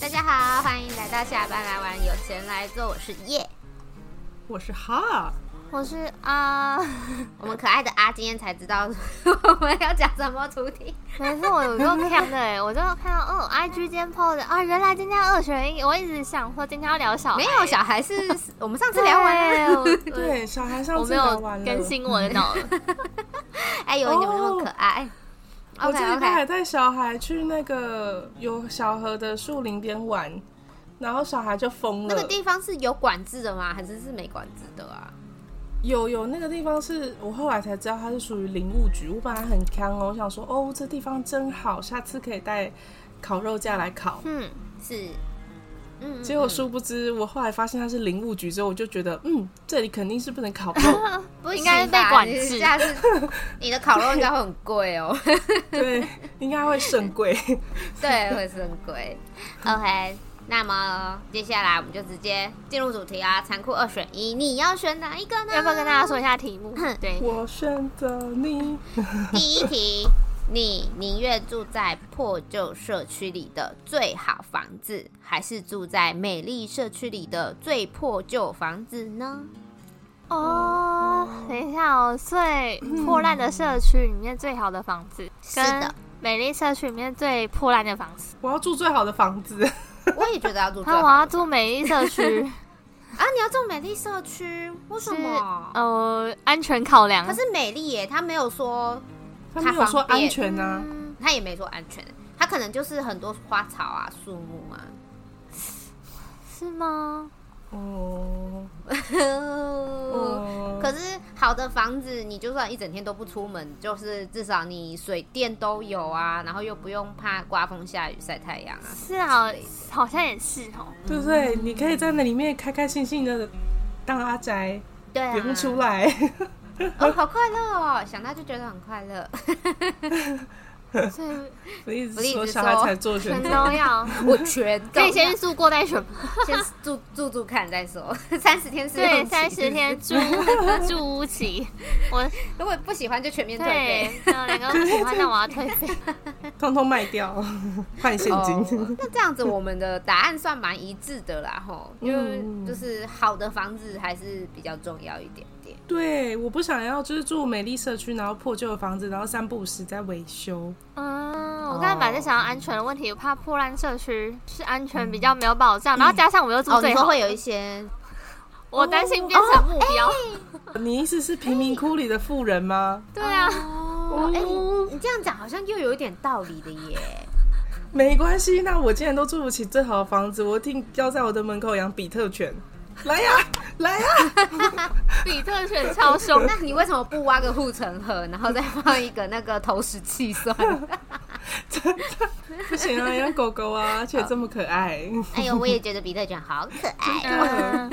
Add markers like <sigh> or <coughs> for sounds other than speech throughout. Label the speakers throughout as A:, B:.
A: 大家好，欢迎来到下班来玩，有钱来做，我是叶、
B: 我是哈，
A: 我是啊，
C: 呃 <laughs>
A: 我们可爱的阿今天才知道 <laughs> 我们要讲什么主题，
C: 没错，我有用看的哎，我就看到，嗯，IG 今天 PO 的啊，原来今天要二选一，我一直想说今天要聊小孩，
A: 没有小孩是 <laughs> 我们上次
C: 对
A: 聊完啊了，
C: 我
B: 对，小孩
C: 我
B: 上
C: 我
B: 次
C: 没
B: 聊
C: 有
B: 完了，
C: 更新我的脑了，
A: 哎呦，你怎么那么可爱
C: 哦
B: 我这
A: ？OK
B: 礼
A: OK，
B: 拜还带小孩去那个有小河的树林边玩，然后小孩就疯了。
A: 那个地方是有管制的吗？还是是没管制的啊？
B: 有有那个地方是我后来才知道它是属于林务局，我本来很坑哦，我想说哦这地方真好，下次可以带烤肉架来烤。
C: 嗯，
A: 是，嗯，
B: 结果殊不知，我后来发现它是林务局之后，我就觉得，嗯，这里肯定是不能烤肉。
C: <laughs>
A: 不
C: 应该
A: 行吧
C: 被管
A: 你
C: 制
A: 下次
C: <laughs>
A: 你的烤肉应该会很贵哦，
B: 对，应该会甚贵。
A: 对，会是很贵。OK，那么接下来我们就直接进入主题啊，残酷二选一，你要选哪一个呢？
C: 要不要跟大家说一下题目？ <laughs> 对，
B: 我选择你，
A: <laughs> 第一题，你宁愿住在破旧社区里的最好房子，还是住在美丽社区里的最破旧房子呢？
C: 哦，等一下哦，最破烂的社区里面最好的房子，
A: 是的
C: 跟美丽社区里面最破烂的房子，
B: 我要住最好的房子。
A: 我也觉得要住最好
C: 那我
A: 啊！
C: 要住美丽社 <laughs> 区，
A: 你要住美丽社区，为什
C: 是
A: 么？
C: 呃安全考量
A: 可，是美丽耶，他没有说，
B: 他没有说安全啊，
C: 嗯
A: 他也没说安全，他可能就是很多花草啊、树木啊。
C: 是吗？
B: 哦、哦
A: 嗯可是好的房子，你就算一整天都不出门，就是至少你水电都有啊，然后又不用怕刮风下雨晒太阳啊。
C: 是啊，好像也是哦。
B: 对不对？你可以在那里面开开心心的当阿宅，
A: 对啊，
B: 不用出来。
A: <laughs> 哦，好快乐哦！想到就觉得很快乐。
C: 所以
B: 我一
A: 不
B: 直
A: 是一直说
B: 说小孩才做选
C: 全
B: 择，
C: 都
A: <laughs>
C: 要，
A: 我全
C: 可以先去住过再选吗。
A: 先住住住看再说， <laughs> 三十天是
C: 对，三十天
A: <laughs>
C: 住那个住屋期，我
A: 如果不喜欢就全面退费。
C: 对，那两个不喜欢，那我要退
A: <laughs>
C: 费。
B: 通通卖掉 <laughs> 换现金。
A: 哦那这样子，我们的答案算蛮一致的啦，吼，因为
B: 嗯
A: 就是好的房子还是比较重要一点点。
B: <laughs> 对，我不想要就是住美丽社区，然后破旧的房子，然后三不五时在维修。
C: 嗯，我刚才本来在想到安全的问题，我怕破烂社区是安全比较没有保障，然后加上我又住
A: 哦，你
C: 最
A: 说
C: 后，
A: 会有一些
C: 我担心变成目标。
B: 你意思是贫民窟里的富人吗？
C: 对啊，
A: 哦，哎、你你这样讲好像又有一点道理的 <laughs> 耶。
B: 没关系，那我既然都住不起最好的房子，我一定要在我的门口养比特犬。来呀、来呀、 <laughs>
C: 比特犬超
A: <laughs>
C: 凶，
A: 那你为什么不挖个护城河，然后再放一个那个投石器算了？
B: 不行啊，养狗狗啊，而且这么可爱。
A: <laughs> 哎呦，我也觉得比特犬好可爱，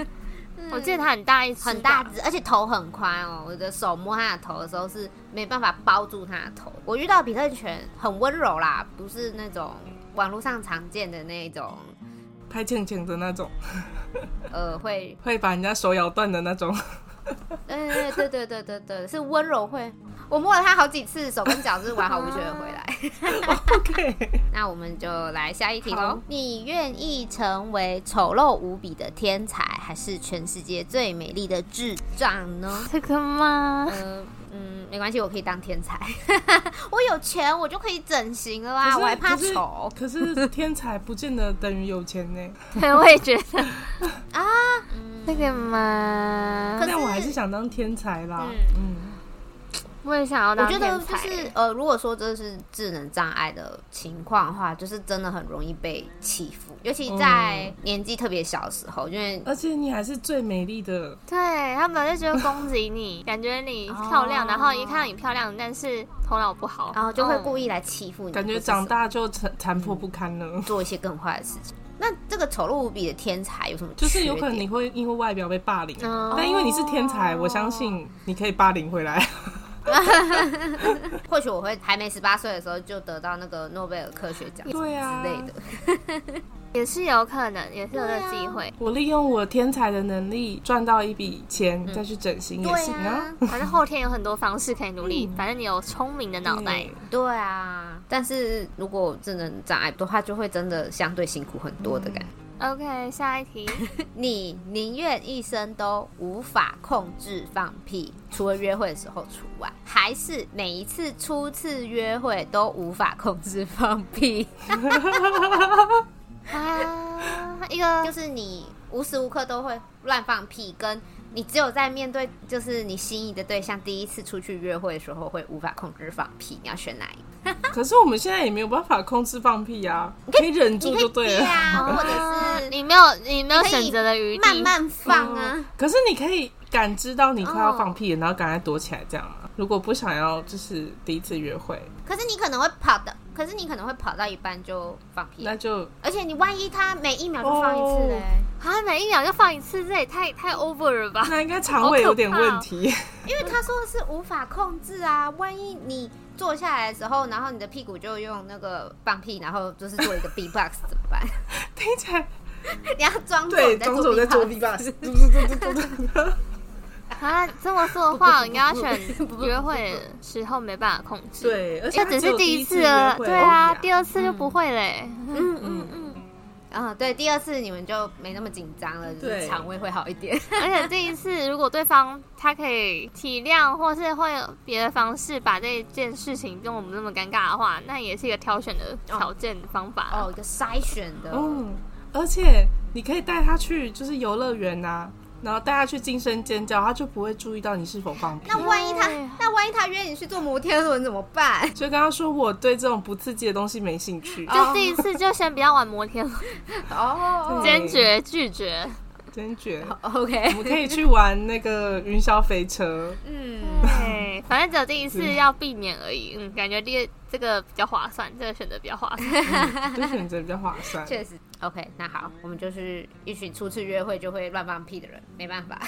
C: 嗯，我记得它很大一只，
A: 很大， <laughs> 只，而且头很宽哦。我的手摸它的头的时候是没办法包住它的头。我遇到比特犬很温柔啦，不是那种网络上常见的那种，
B: 拍倩倩的那种，
A: 呃，会，
B: 会把人家手咬断的那种。
A: 呃，对对对对对，是温柔会。我摸了它好几次，手跟脚是完好无缺的回来。
B: OK，
A: 那我们就来下一题喽
B: 好。
A: 你愿意成为丑陋无比的天才，还是全世界最美丽的智障呢？
C: 这个
A: <laughs>
C: 吗？
A: 呃，嗯，没关系，我可以当天才， <laughs> 我有钱，我就可以整形了啊，
B: 可是
A: 我还怕
B: 可是
A: 丑
B: 可是天才不见得等于有钱呢。
C: 对，我也觉得嗯
A: 啊。
C: 这个吗
A: 可是
B: 但我还是想当天才啦。嗯，
C: 我也想要
A: 我
C: 当
A: 觉
C: 天才。
A: 得就是呃，如果说这是智能障碍的情况的话，就是真的很容易被欺负，尤其在年纪特别小的时候，因为
B: 而且你还是最美丽的。
C: 对他们就觉得攻击你，感觉你
A: 哦
C: 漂亮，然后一看到你漂亮，但是头脑不好，嗯
A: 然后哦就会故
C: 意。
A: 意来欺负你，
B: 感
A: 或
B: 觉
A: 是什
B: 长
A: 么
B: 大就残残破不堪了，
A: 做一些更坏的事情。那这个丑陋无比的天才有什么缺
B: 就
A: 点？
B: 是有可能你会因为外表被霸凌，
C: 嗯
B: 但因为你是天才，我相信你可以霸凌回来。
A: 或许我会还没十八岁的时候就得到那个诺贝尔科学奖
B: 对啊
A: 之类的。
C: 也是有可能，也是有这个机会。
B: 我利用我天才的能力赚到一笔钱，再去整形也行
C: 对啊，反正后天有很多方式可以努力，反正你有聪明的脑袋
B: 嗯。
A: 嗯对啊，但是如果真的障碍多，他就会真的相对辛苦很多的感
B: 嗯
A: 觉。
C: OK，下
A: <laughs>
C: 一题，
A: 你宁愿一生都无法控制放屁，除了约会的时候除外，还是每一次初次约会都无法控制放屁？
C: 啊，一
A: 就
C: 个
A: 是你无时无刻都会乱放屁，跟你只有在面对就是你心仪的对象第一次出去约会的时候会无法控制放屁，你要选哪一个？
B: 可是我们现在也没有办法控制放屁啊，可以忍住就对了。
A: 啊，或
C: 啊
A: 者
C: <laughs> 你没有你没有
A: 可以
C: 选择的余
A: 是
C: 地，嗯
A: 慢慢放啊。
B: <laughs> 可是你可以感知到你快要放屁了，然后赶快躲起来，这样吗？如果不想要，就是第一次约会，
A: 可是你可能会跑的，可是你可能会跑到一半就放屁，
B: 那就
A: 而且你万一他每一秒就放一次嘞、
C: 啊，每一秒就放一次，这也太太 over 了吧？
B: 那应该肠胃有点问题。 <laughs>
A: 因为他说的是无法控制啊，万一你坐下来的时候，然后你的屁股就用那个放屁，然后就是做一个 B box 怎么办？
B: 听起来
A: 你要装作
B: 对，
A: 你
B: 装作我在做
A: B-box
B: B box，嘟嘟嘟嘟嘟嘟
C: 啊，这么说的话，我应该要选约会的时候没办法控制。，
B: 对，而且
C: 这
B: 它
C: 只是
B: 有
C: 第
B: 一
C: 次
B: 约
C: 了，
B: 会哦
C: 对啊，
B: 而已
C: 第二次就不会嘞。
A: 嗯嗯嗯。啊、对，第二次你们就没那么紧张了，就是
B: 对
A: 肠胃会好一点。
C: 而且第一次如果对方他可以体谅，或是会有别的方式把这件事情跟我们那么尴尬的话，那也是一个挑选的条件方法。
A: 哦，一个筛选的，
B: 嗯，而且你可以带他去就是游乐园呐，然后带他去惊声尖叫，他就不会注意到你是否放屁啊
A: 那。万一他
C: 对，
A: 那万一他约你去坐摩天轮怎么办？
B: 就跟他说我对这种不刺激的东西没兴趣，
C: 就第一次就先不要玩摩天轮，
A: <laughs> 哦
B: 对
C: 坚决拒绝。
B: 坚决。
A: ，OK，
B: 我们可以去玩那个云霄飞车，
A: 嗯，
C: 对，反正只有第一次要避免而已。嗯，感觉第二这个比较划算，这个选择比较划算。
B: 就选择比较划算。
A: 确实，OK，那好，我们就是一群初次约会就会乱放屁的人，没办法。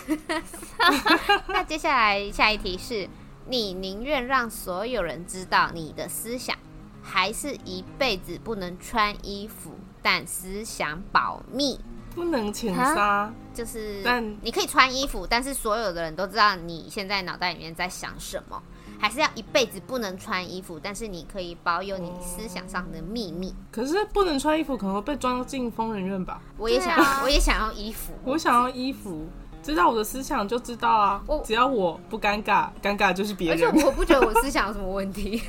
A: <laughs> 那接下来下一题是，你宁愿让所有人知道你的思想，还是一辈子不能穿衣服，但思想保密？
B: 不能浅
A: 啊
B: 杀，
A: 就是
B: 但
A: 你可以穿衣服，但是所有的人都知道你现在脑袋里面在想什么，还是要一辈子不能穿衣服，但是你可以保有你思想上的秘密。
B: 可是不能穿衣服可能会被抓进疯人院吧？
A: 我也
C: 对
A: 想，
C: 啊
A: 我也想要衣服。
B: 我想要衣服，知道我的思想就知道啊
A: 我，
B: 只要我不尴尬，尴尬就是别
A: 而且
B: 人。
A: 我不觉得我思想有什么问题。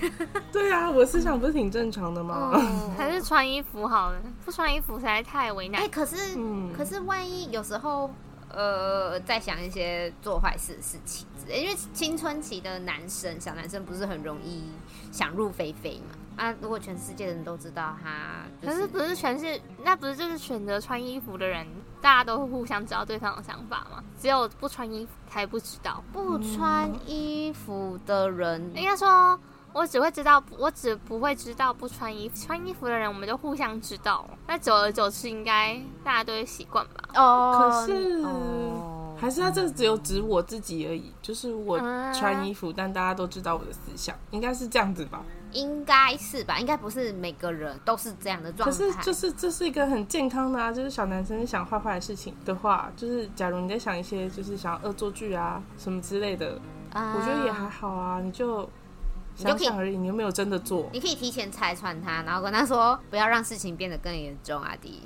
B: 对啊，我思想不是挺正常的吗？
A: 哦
C: 还是穿衣服好了，不穿衣服实在太为
A: <laughs>
C: 难
A: 哎、。可是、
B: 嗯
A: 可是万一有时候呃，在想一些做坏事的事情之类，因为青春期的男生小男生不是很容易想入非非嘛。啊，如果全世界的人都知道他，就
C: 可是嗯不是全是，那不是就是选择穿衣服的人，大家都会互相知道对方的想法吗？只有不穿衣服才不知道。
A: 不穿衣服的人，
C: 应该说，我只会知道，我只不会知道不穿衣服。穿衣服的人，我们就互相知道。那久而久之，应该大家都会习惯吧？
A: 哦，
B: <laughs> 可是
A: 哦
B: 还是他这只有指我自己而已，就是我
C: 啊
B: 穿衣服，但大家都知道我的思想，应该是这样子吧？
A: 应该是吧？应该不是每个人都是这样的状
B: 可
A: 态。
B: 是就是这是一个很健康的啊，就是小男生想坏坏的事情的话，就是假如你在想一些就是想要恶作剧啊什么之类的，
A: 啊
B: 我觉得也还好啊，你就
A: 你就
B: 想
A: 可以
B: 想而已，你又没有真的做。
A: 你可以提前拆穿他，然后跟他说不要让事情变得更严重，啊阿迪。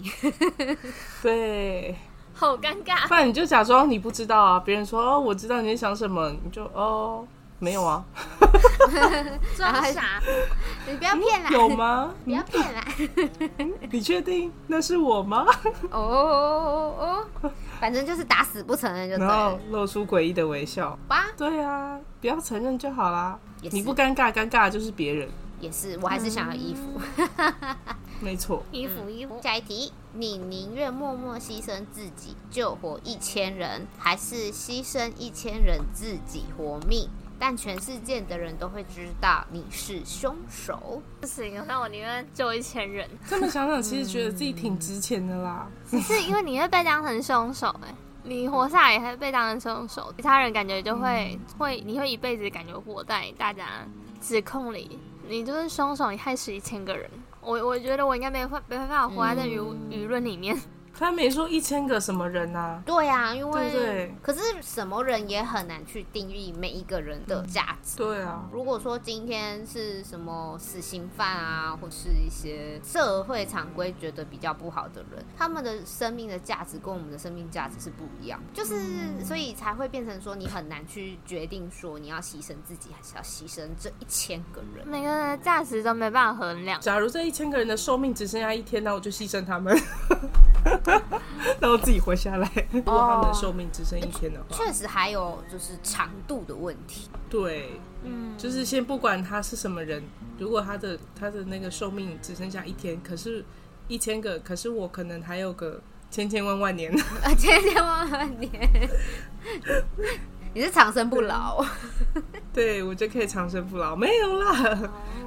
B: 对，
C: 好尴尬
B: 不。然你就假装你不知道啊，别人说哦我知道你在想什么，你就哦没
A: <laughs>
B: 有啊，
C: <laughs> 装傻，
A: 你不要骗啦，
B: 有吗？
A: 不要骗啦。
B: 你确定那是我吗？
A: <laughs> 哦哦哦，反正就是打死不承认就对
B: 然
A: 了
B: 后。露出诡异的微笑。
A: 哇，
B: 对啊，不要承认就好啦。
A: 也是
B: 你不尴尬，尴尬的就是别人。
A: 也是，我还是想要衣服。
B: 没错，
C: 衣服衣服。
A: 下一题，你宁愿默默牺牲自己救活一千人，还是牺牲一千人自己活命？但全世界的人都会知道你是凶手。
C: 不行，那我宁愿救一千人，
B: 这么想想，其实觉得自己挺值钱的啦。
C: 只是因为你会被当成凶手哎、你活下来也会被当成凶手，其他人感觉就会、
B: 嗯
C: 会，你会一辈子感觉活在大家指控里，你就是凶手，你害死一千个人，我我觉得我应该没法没办法活在这舆
B: 嗯
C: 舆论里面。
B: 他没说一千个什么人啊呐、
A: 对呀、因为
B: 对对
A: 可是什么人也很难去定义每一个人的价值。
B: 对啊，
A: 如果说今天是什么死刑犯啊，或是一些社会常规觉得比较不好的人，他们的生命的价值跟我们的生命价值是不一样，就是、所以才会变成说你很难去决定说你要牺牲自己还是要牺牲这一千个人。
C: 每个人的价值都没办法衡量，
B: 假如这一千个人的寿命只剩下一天，那我就牺牲他们， <laughs> 让我自己活下来。如果他们的寿命只剩一天的话，
A: 确实还有就是长度的问题， <laughs>
B: 对，
C: 嗯，
B: 就是先不管他是什么人，如果他的他的那个寿命只剩下一天，可是一千个，可是我可能还有个千千万万年，
A: 而且千万年， <laughs> 你是长生不老。
B: 对我就可以长生不老，没有啦。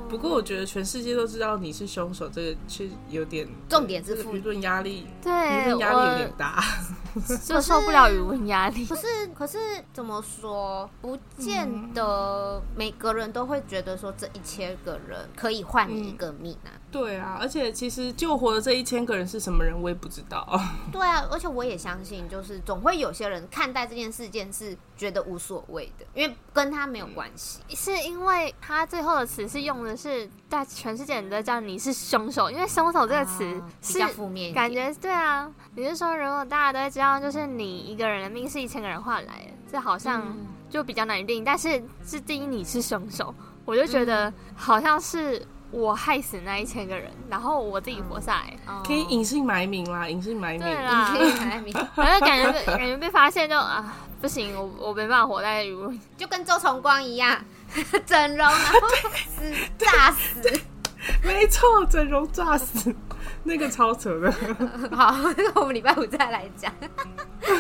B: 不过我觉得全世界都知道你是凶手，这个是有点
A: 重点是
B: 这个
A: 负
B: 舆论压力，舆
C: 对
B: 论压力有点
C: 我
B: 大。 <laughs>
C: 就受不了舆论压力
A: 可。是，可是怎么说？不见得每个人都会觉得说这一千个人可以换你一个命啊。
B: 对啊，而且其实救活的这一千个人是什么人，我也不知道。 <laughs>
A: 对啊，而且我也相信，就是总会有些人看待这件事件是觉得无所谓的，因为跟他没有关系。
C: 是因为他最后的词是用的是在全世界人都叫你是凶手，因为凶手这个词
A: 啊比
C: 是
A: 较负面一点，
C: 感觉对啊，你是说如果大家都会知道，就是你一个人的命是一千个人换来的，这好像
A: 嗯
C: 就比较难定义。但是是第一你是凶手，我就觉得好像是我害死那一千个人，然后我自己活下来，
A: 哦啊
B: 可以隐姓埋名啦，隐姓埋名。
C: 对啦
A: 隐姓埋名
C: 然后就感觉被感觉被发现就啊不行，我我没办法活在舆论。
A: 就跟周崇光一样，整容然啊 <laughs> 后死炸死。
B: 没错，整容炸死， <laughs> 那个超扯的。
A: 好，那我们礼拜五再来讲。 <laughs>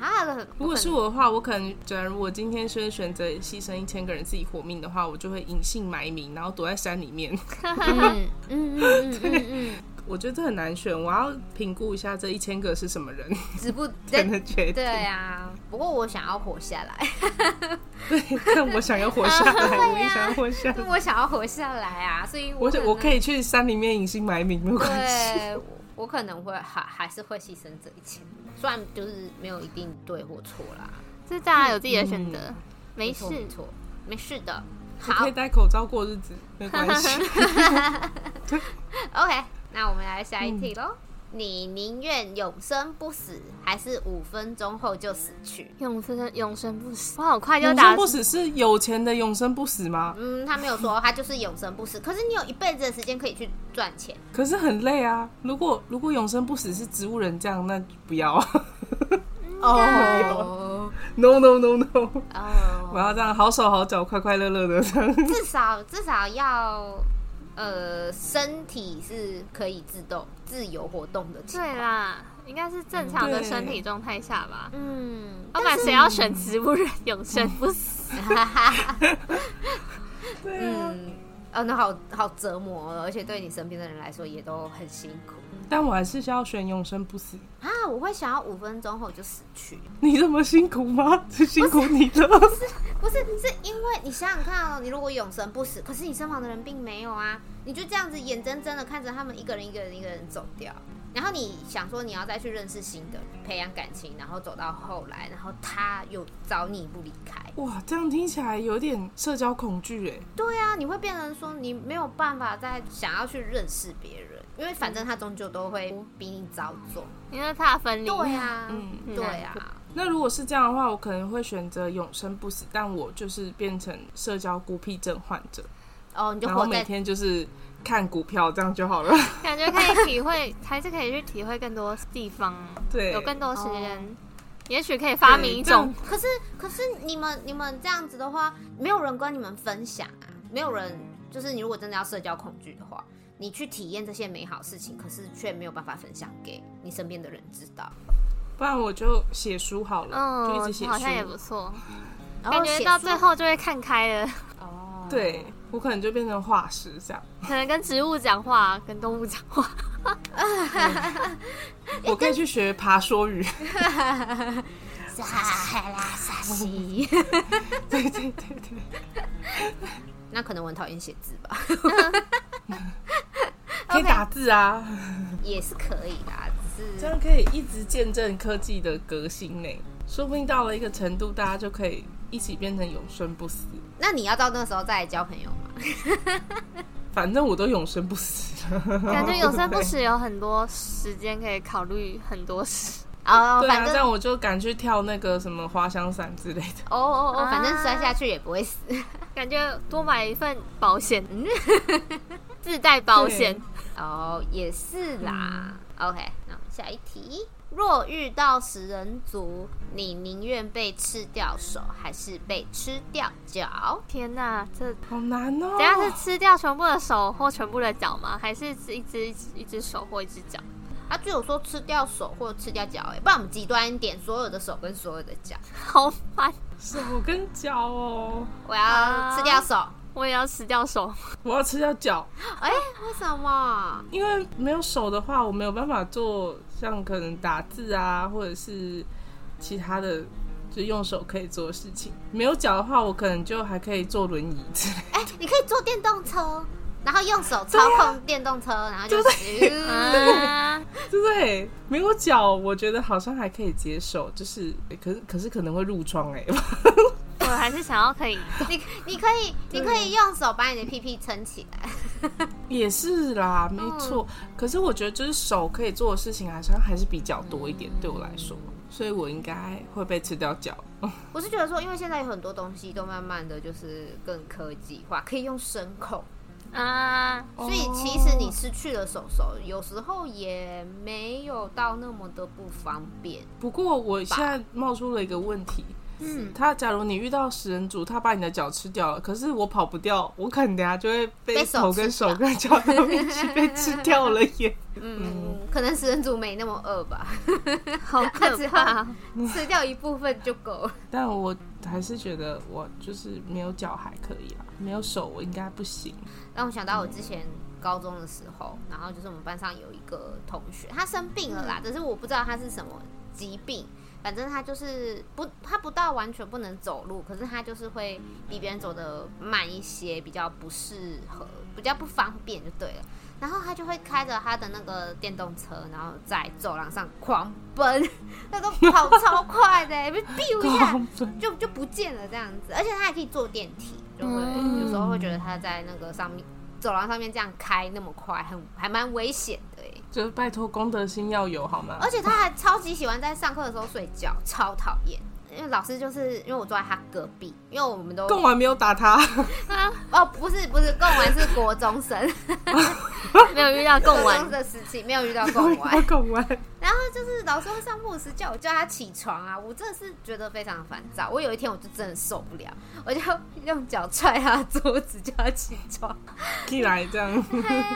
A: 啊，
B: <laughs> 如果是我的话，我可能假如我今天是选择牺牲一千个人自己活命的话，我就会隐姓埋名，然后躲在山里面。 <laughs>
A: 嗯嗯嗯嗯嗯嗯，
B: 我觉得这很难选，我要评估一下这一千个是什么人，
A: 止
B: <laughs>
A: 不
B: 才能决定
A: 对。啊，不过我想要活下来，
B: <laughs>
A: <laughs>
B: 对，但我想要活下
A: 啊
B: 来，我也想要活下来。
A: 我想要活下来啊，所以
B: 我
A: 可
B: 想
A: 能
B: 我可以去山里面隐姓埋名，没有关 <laughs> 系。
A: 对，我我可能会还还是会牺牲这一切，虽然就是没有一定对或错啦，
C: 就是大家有自己的选择，没
A: 错
C: 事。
A: 错，没事的。
B: 我
A: 好
B: 可以戴口罩过日子，没关
A: <laughs>
B: 系。
A: ，OK，那我们来下一
B: 嗯
A: 题喽。你宁愿永生不死，还是五分钟后就死去？
C: 永生永生不死，我好快就
B: 永
C: 打
B: 生不死是有钱的永生不死吗？
A: 嗯，他没有说，他就是永生不死。可是你有一辈子的时间可以去赚
B: <laughs>
A: 钱，
B: 可是很累啊。如果如果永生不死是植物人这样，那就不要。啊 <laughs>
A: 哦
B: no no no no，我
A: 哦，
B: 要这样好手好脚、快快乐乐的这样。
A: 至少至少要呃，身体是可以自动自由活动的情
C: 对
A: 况。
C: 啦，应该是正常的
B: 对
C: 身体状态下吧。
A: 嗯，
C: 要不然
A: <laughs>
C: 谁要选植物人永生不死？
A: 哈哈哈，
B: 对啊，
A: 嗯，哦，那好好折磨哦，而且对你身边的人来说也都很辛苦
B: 但我还是需要选永生不死。
A: 嗯啊。我会想要五分钟后就死去，
B: 你这么辛苦吗？是辛苦你了。
A: 不是，是因为你想想看哦，你如果永生不死，可是你身旁的人并没有啊，你就这样子眼睁睁的看着他们一个人一个人一个人走掉，然后你想说你要再去认识新的，培养感情，然后走到后来，然后他又找你不离开，
B: 哇，这样听起来有点社交恐惧哎。
A: 对啊，你会变成说你没有办法再想要去认识别人，因为反正他终究都会比你早走。
C: 因为怕分离。
A: 对啊，
B: 嗯
A: 对啊，
B: 那如果是这样的话，我可能会选择永生不死，但我就是变成社交孤僻症患者，
A: 哦，你就
B: 然后
A: 活
B: 每
A: 在
B: 天就是看股票，这样就好了。
C: 感觉可以体会，还是可以去体会更多地方，
B: 对，
C: <laughs> 有更多时
A: 哦
C: 间，也许可以发明一种
B: 对
A: 可是可是你们你们这样子的话，没有人跟你们分享啊，没有人就是你如果真的要社交恐惧的话，你去体验这些美好事情，可是却没有办法分享给你身边的人知道。
B: 不然我就写书好了，
C: 嗯
B: 就一直写，
C: 好像也
B: 书
C: 不。错。
A: 然后
C: 感觉
A: 写
C: 到
A: 书
C: 最后就会看开了， <laughs>
A: 哦，
B: 对，我可能就变成画师这样，
C: 可能跟植物讲话，跟动物讲
B: <laughs>
C: 话，
B: 我可以去学爬说语。
A: 撒 <laughs> 哈拉撒西，
B: <laughs> 对对对
C: <laughs>
B: 对，
A: 那可能我很讨厌写字吧。
B: 可以
A: OK
B: 打字啊
A: 也是可以的啊，只
B: 这
A: 是
B: 样可以一直见证科技的革新呢。说不定到了一个程度，大家就可以一起变成永生不死。
A: 那你要到那时候再来交朋友吗？
B: 反正我都永生不死了，
C: 感觉有生不死有很多时间可以考虑很多事。 <laughs>
A: 哦，
B: <laughs> 对
A: 反
B: 啊，这
A: 正
B: 样我就敢去跳那个什么花香伞之类的。 <laughs>
A: 哦哦哦，
C: 啊
A: 反正摔下去也不会死。
C: 感觉多买一份保险， <laughs> 自带保险
B: 对。
A: 哦，也是啦。OK，那下一题。若遇到食人族，你宁愿被吃掉手，还是被吃掉脚？
C: 天哪，这
B: 好难哦！
C: 等一下是吃掉全部的手或全部的脚吗？还是只一只一只一只手或一只脚？ <laughs>
A: 他啊只有说吃掉手或吃掉脚、欸，不然我们极端一点，所有的手跟所有的脚。
C: 好烦，
B: 手跟脚哦，
A: 我要吃掉手，
C: 我也要吃掉手。
B: <laughs> 我要吃掉脚，
A: 哎、为什么？
B: 因为没有手的话，我没有办法做像可能打字啊，或者是其他的，就用手可以做的事情。没有脚的话，我可能就还可以坐轮椅之类的。 <laughs>
A: 哎、你可以坐电动车，然后用手操控电动车，然后就嗯
C: 啊， <laughs>
B: 对不对？ <laughs> 没有脚，我觉得好像还可以接受，就是可是可是可能会褥疮 <laughs> 哎、
C: 我还是想要可以
A: 你你可以你可以用手把你的屁屁撑起来。
B: 也是啦，没
A: 嗯
B: 错。可是我觉得就是手可以做的事情，好像还是比较多一点，对我来说，所以我应该会被吃掉脚。
A: 我是觉得说，因为现在有很多东西都慢慢的就是更科技化，可以用声控，
C: 啊，
B: 哦
A: 所以其实你失去了手手，有时候也没有到那么的不方便。
B: 不过我现在冒出了一个问题，
A: 嗯，
B: 他假如你遇到食人族，他把你的脚吃掉了，可是我跑不掉，我可能等下就会被
A: 被手
B: 头跟
A: 吃掉
B: 手跟脚都一起被吃掉了
A: <laughs>
B: 耶。
A: 嗯，可能食人族没那么饿吧，
C: 好可怕！
A: 吃掉一部分就够了。
B: 但我还是觉得我就是没有脚还可以啦，没有手我应该
A: <laughs>
B: 不行。
A: 让我想到我之前高中的时候，然后就是我们班上有一个同学，他生病了啦，但是我不知道他是什么疾病。反正他就是不，他不到完全不能走路，可是他就是会比别人走的慢一些，比较不适合，比较不方便就对了。然后他就会开着他的那个电动车，然后在走廊上狂奔， <laughs> 那个跑超快的、欸， <laughs> 被 biu 一下，
B: 狂奔
A: 就就不见了这样子，而且他还可以坐电梯，就会、
C: 嗯
A: 有时候会觉得他在那个上面走廊上面这样开那么快，很还蛮危险的耶
B: 就是拜托公德心要有好吗？
A: 而且他还超级喜欢在上课的时候睡觉，超讨厌。因为老师就是因为我坐在他隔壁，因为我们都
B: 贡丸没有打
A: <laughs>
B: 他，
C: 啊
A: 哦不是不是贡丸是国中生，
C: 没有遇到
A: 国
C: 贡
A: 中
C: 丸，
A: 的时期没有遇到
B: <laughs>
A: 贡丸，
B: 贡丸，
A: 然后就是老师会上不时叫我叫他起床啊，我真的是觉得非常烦躁。我有一天我就真的受不了，我就用脚踹他的桌子叫他起床。
B: 一来这样，
A: 对呀，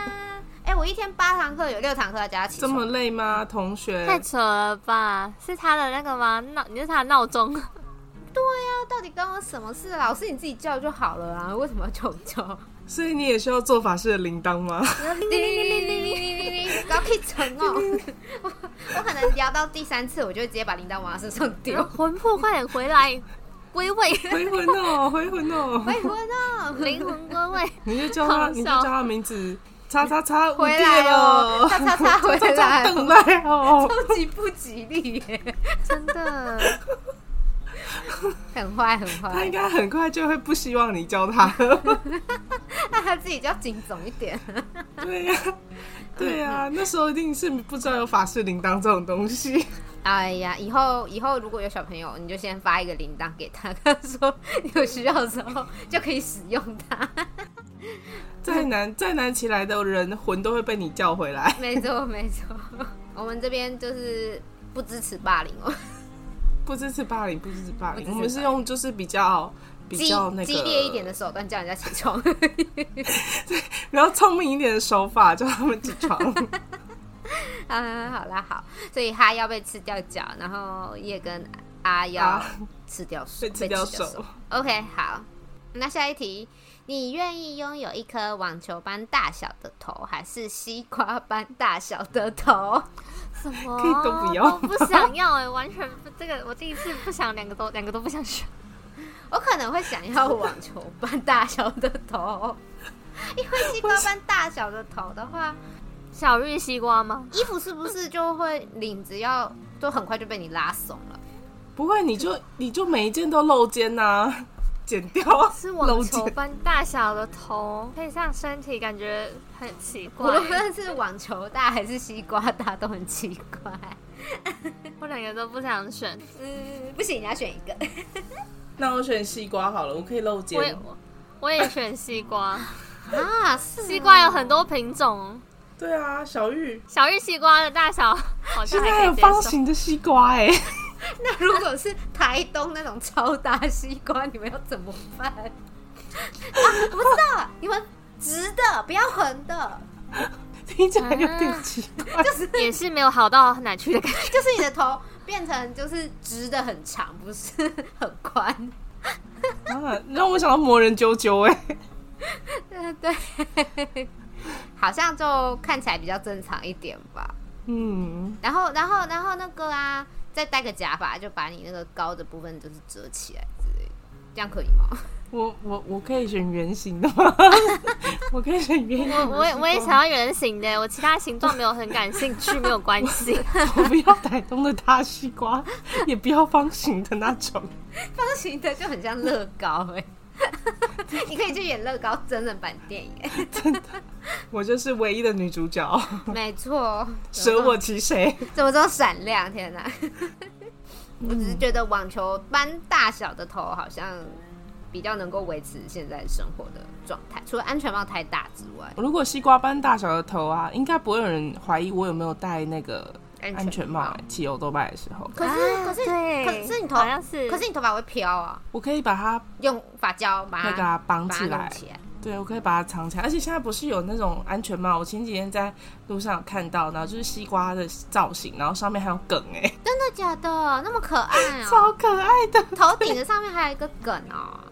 A: 哎，我一天八堂课，有六堂课要叫他起
B: 这
A: 床。
B: 么累吗？同学，
C: <laughs> 太扯了吧？是他的那个吗？闹，你是他的闹钟？
A: 对呀、到底关我什么事？老师你自己叫就好了啊，为什么要叫我叫？
B: 所以你也需要做法事的铃铛
A: <laughs>
B: 吗？
A: 叮铃铃铃铃铃铃铃铃，不要可以沉哦。我我可能聊到第三次，我就会直接把铃铛往他身上丢。
C: 魂魄快点回 <laughs> 来，归位，
B: 回魂哦，回魂哦，
A: 哎，我呢？
C: 灵魂归位。
B: 你就叫
C: 好
B: 他，
C: 笑
B: 你就叫他名字，叉叉叉，
A: 回来哦，
B: 五弟
A: 叉叉叉回
B: 叉叉
A: 来哦，
B: 等来哦，
A: 超级不吉利耶，
C: 真的，
A: 很坏很
B: 他
A: 坏。
B: 应该很快就会不希望你叫他 <laughs> 了。
A: 那他自己就要紧总一点。
B: 对呀、对呀、那时候一定是不知道有法式铃铛这种
A: <laughs>
B: 东西。
A: 哎呀，以后以后如果有小朋友，你就先发一个铃铛给他，跟他说你有需要的时候就可以使用
B: <laughs>
A: 它。
B: 再难再难起来的人，魂都会被你叫回来。
A: 没错没错，我们这边就是不支持霸凌哦，
B: 不支持霸凌，不支持霸凌，
A: 不支持霸凌
B: 我们是用就是比较比
A: 激
B: 较那个
A: 激烈一点的手段叫人家起床。 <laughs>
B: 然后聪明一点的手法叫他们起床。
A: 啊，好啦好，所以哈要被吃掉脚，然后叶跟阿要
B: 啊
A: 吃掉手，
B: 被吃掉
A: 手
B: 手。
A: OK，好，那下一题，你愿意拥有一颗网球般大小的头，还是西瓜般大小的头？
C: 什么？
B: 可以都不要
C: 我不想要哎、完全不这个，我第一次不想，两个都两个都不想选。
A: 我可能会想要网球 <laughs> 般大小的头，因为西瓜般大小的头的话，
C: 小玉西瓜吗？
A: 衣服是不是就会领子要就很快就被你拉松了？
B: 不会，你就你就每一件都露肩呐、剪掉啊，
C: 是
B: 露
C: 网球
B: 肩。
C: 般大小的头配上身体，感觉很奇
A: 无
C: 怪。
A: 论是网球大还是西瓜大都很奇怪。
C: 我两个都不想选，
A: <laughs> 嗯，不行，你要选一个。
B: 那我选西瓜好了，我可以露
C: 我也
B: 肩。
C: 我也选西瓜。 <laughs>
A: 啊，是
C: 西瓜有很多品种，
B: 对啊，小玉
C: 小玉西瓜的大小好像
B: 现
C: 还
B: 在还
C: 可
B: 有
C: 以接
B: 方
C: 受。
B: 形的西瓜哎、
A: 那如果是台东那种超大西瓜，你们要怎么办？ <laughs> 啊，我不知道，你们直的，不要横的，
B: 听起来有点奇怪。
C: 也是没有好到哪去的感
A: <laughs>
C: 觉。
A: 就是你的头变成就是直的很长，不是 <laughs> 很宽。
B: 啊，让我想到魔人啾啾哎、
A: 对对，好像就看起来比较正常一点吧。
B: 嗯，
A: 然后，然后，然后那个啊，再戴个假发，就把你那个高的部分就是遮起来之类的，这样可以 <laughs> 吗？
B: 我我我可以选圆形的吗？ <laughs> 我可以选圆形的西
C: 我
B: 瓜。
C: 我也我也想要圆形的，我其他形状没有很感兴趣，没有关系。
B: <laughs> 我不要台东的大西瓜，也不要方形的那种。
A: 方形的就很像乐高哎、 <laughs> 你可以去演乐高真人版电 <laughs> 影、欸，
B: 我就是唯一的女主角，
A: 没错，
B: 舍我其谁？
A: 怎么这么闪亮？天
B: <laughs>
A: 哪！我只是
B: 嗯
A: 觉得网球般大小的头好像比较能够维持现在生活的状态，除了安全帽太大之外，
B: 如果西瓜般大小的头啊，应该不会有人怀疑我有没有戴那个
A: 安
B: 安全帽、欸。骑欧多拜的时候，
A: 可是、
C: 啊
A: 可是
C: 对
A: 可是你头
C: 好像是，
A: 可是你头发会飘啊，
B: 我可以把它
A: 用发胶把它
B: 那个啊绑
A: 把
B: 起
A: 它弄
B: 来。
A: 起来。
B: 对，我可以把它藏起来。而且现在不是有那种安全帽？我前几天在路上有看到，然后就是西瓜的造型，然后上面还有梗、欸，哎，
A: 真的假的？那么可爱哦、
B: <laughs> 超可爱的，
A: 头顶的上面还有一个梗哦、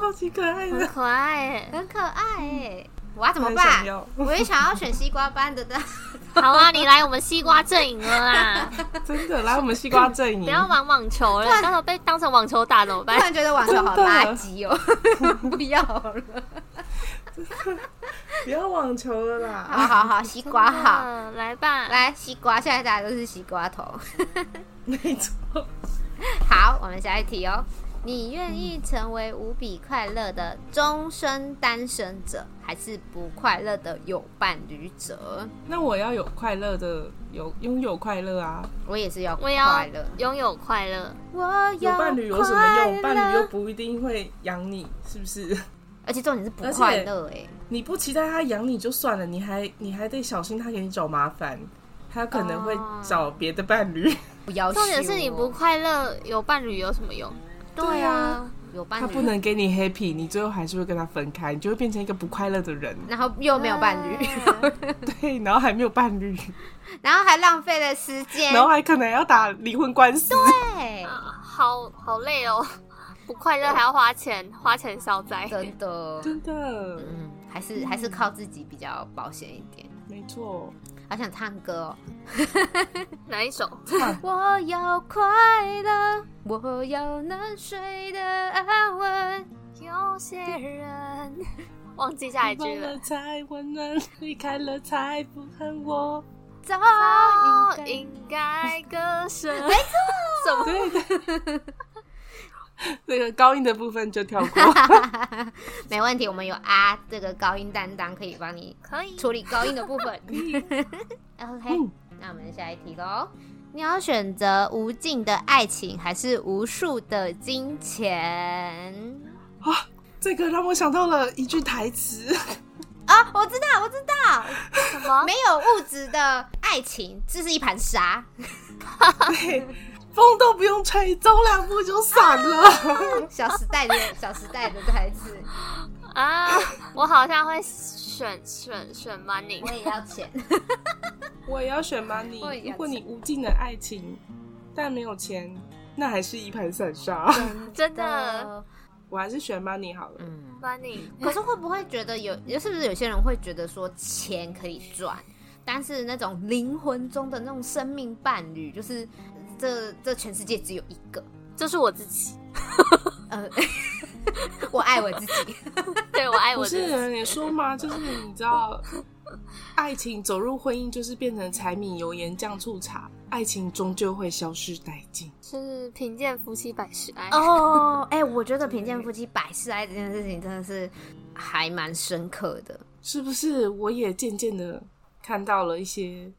B: 超级可爱
C: 很
B: 的。
C: 可爱。
A: 很可爱欸我要怎么
B: 我很
A: 办
B: 嗯想要？
A: 我也想要选西瓜班的，但 <laughs>
C: 好啊，你来我们西瓜阵营了啦！
B: 真的，来我们西瓜阵营，
C: 不要玩网球了，到时候被当成网球打怎么
A: 突
C: 办？
A: <laughs> 然觉得网球好
B: 真的
A: 垃圾哦、 <laughs> 不要了。
B: 不要网球了啦。
A: 好好好，西瓜好，
C: 嗯，来吧，
A: 来西瓜，现在大家都是西瓜头。 <laughs>
B: 没错，
A: 好，我们下一题哦。你愿意成为无比快乐的终身单身者，还是不快乐的有伴侣者？
B: 那我要有快乐的，有拥有快乐啊。
A: 我也是要
C: 我也要
A: 快乐，
C: 拥有快乐。
A: 我
B: 有伴侣有什么用？
A: 快乐
B: 伴侣又不一定会养你，是不是？ <laughs>
A: 而且重点是不
B: 而且
A: 快乐哎、
B: 你不期待他养你就算了，你还你还得小心他给你找麻烦，他可能会
C: 哦
B: 找别的伴侣。
A: 不要求
C: 重点是你不快乐，有伴侣有什么用？
A: 对啊，有伴
B: <laughs> 他
A: 侣
B: 不能给你 happy，你最后还是会跟他分开，你就会变成一个不快乐的人。 <laughs>
A: 然后又没有伴侣，啊
B: 对，然后还没有伴侣，
A: <laughs> 然后还浪费了时间，欸
B: 然后还可能要打离婚官司。
A: 哎对，
C: 啊，好好累哦， <laughs> 不快乐还要花钱，花钱消灾。
A: 真的，
B: 真的，
A: 嗯，还是还是靠自己比较保险一点。
B: 没错。
A: 好想唱歌哦！
C: 哪一首？
A: <coughs> 我要快乐，我要能睡得安稳。
C: 有些人忘记下一句
B: 忘了
C: 了。
B: 才温暖，离开了才不恨我。
A: 早
C: 早
A: 应
C: 应该割舍。没错，什么？
B: 对对，这个高音的部分就跳
A: <laughs>
B: 过。
A: <laughs> 没问题，我们有啊这个高音担当可以帮你
C: 可以。
A: 处理高音的部 <laughs> 分。OK，、
B: 嗯
A: 那我们下一题喽。你要选择无尽的爱情，还是无数的金钱？
B: 这个让我想到了一句台词，
A: 啊，我知道，我知道，
C: 什么？
A: 没有物质的爱情，这是一盘沙。
B: 风都不用吹，走两步就
A: <laughs>
B: 散了。
A: <laughs> 小时代的小时代的台词，
C: 啊，我好像会选选选 money
A: <laughs> 我。也要钱。
B: 我也要选
A: 我也
B: money。
A: 要
B: 如果你无尽的爱情，但没有钱，那还是一盘散沙。 <laughs>
C: 真的，
B: 我还是选 money 好了。
A: 嗯。
C: money。
A: 可是会不会觉得有，是不是有些人会觉得说钱可以赚，但是那种灵魂中的那种生命伴侣，就是这这全世界只有一个。
C: 这是我自己，
A: 呃， <laughs> 我爱我自己。
C: 对我爱
B: 不
C: 我自
B: 是
A: 哎
B: <laughs>
C: 己。
B: 有人也说嘛，就是你知道，爱情走入婚姻就是变成柴米油盐酱醋茶，爱情终究会消失殆尽。
C: 是贫贱夫妻百事哀。
A: <laughs> 哦，哎、我觉得贫贱夫妻百事哀这件事情真的是还蛮深刻的。
B: 是不是？我也渐渐的看到了一些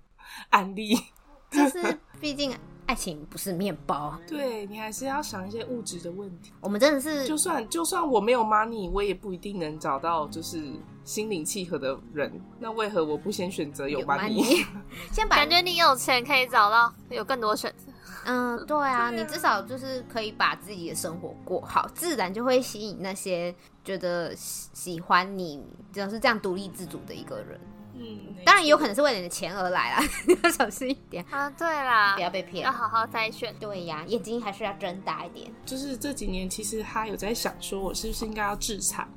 B: 案例。 <laughs>
A: 就是毕竟爱情不是面包，
B: 对你还是要想一些物质的问题。
A: 我们真的是
B: 就算就算我没有 money，我也不一定能找到就是心灵契合的人。那为何我不先选择有 money？
A: money <laughs> 先把
C: 感觉你有钱可以找到有更多选择，
A: 嗯，对啊，你至少就是可以把自己的生活过好，自然就会吸引那些觉得喜喜欢你，就是这样独立自主的一个人。
B: <laughs> 嗯，
A: 当然，也有可能是为了你的钱而来啦， <laughs> 你要小心一点，
C: 啊，对啦
A: 不，要被
C: 要
A: 骗。
C: 好好筛选。
A: 对呀、眼睛还是要睁大一点。
B: 就是这几年，其实他有在想说，我是不是应该要制裁？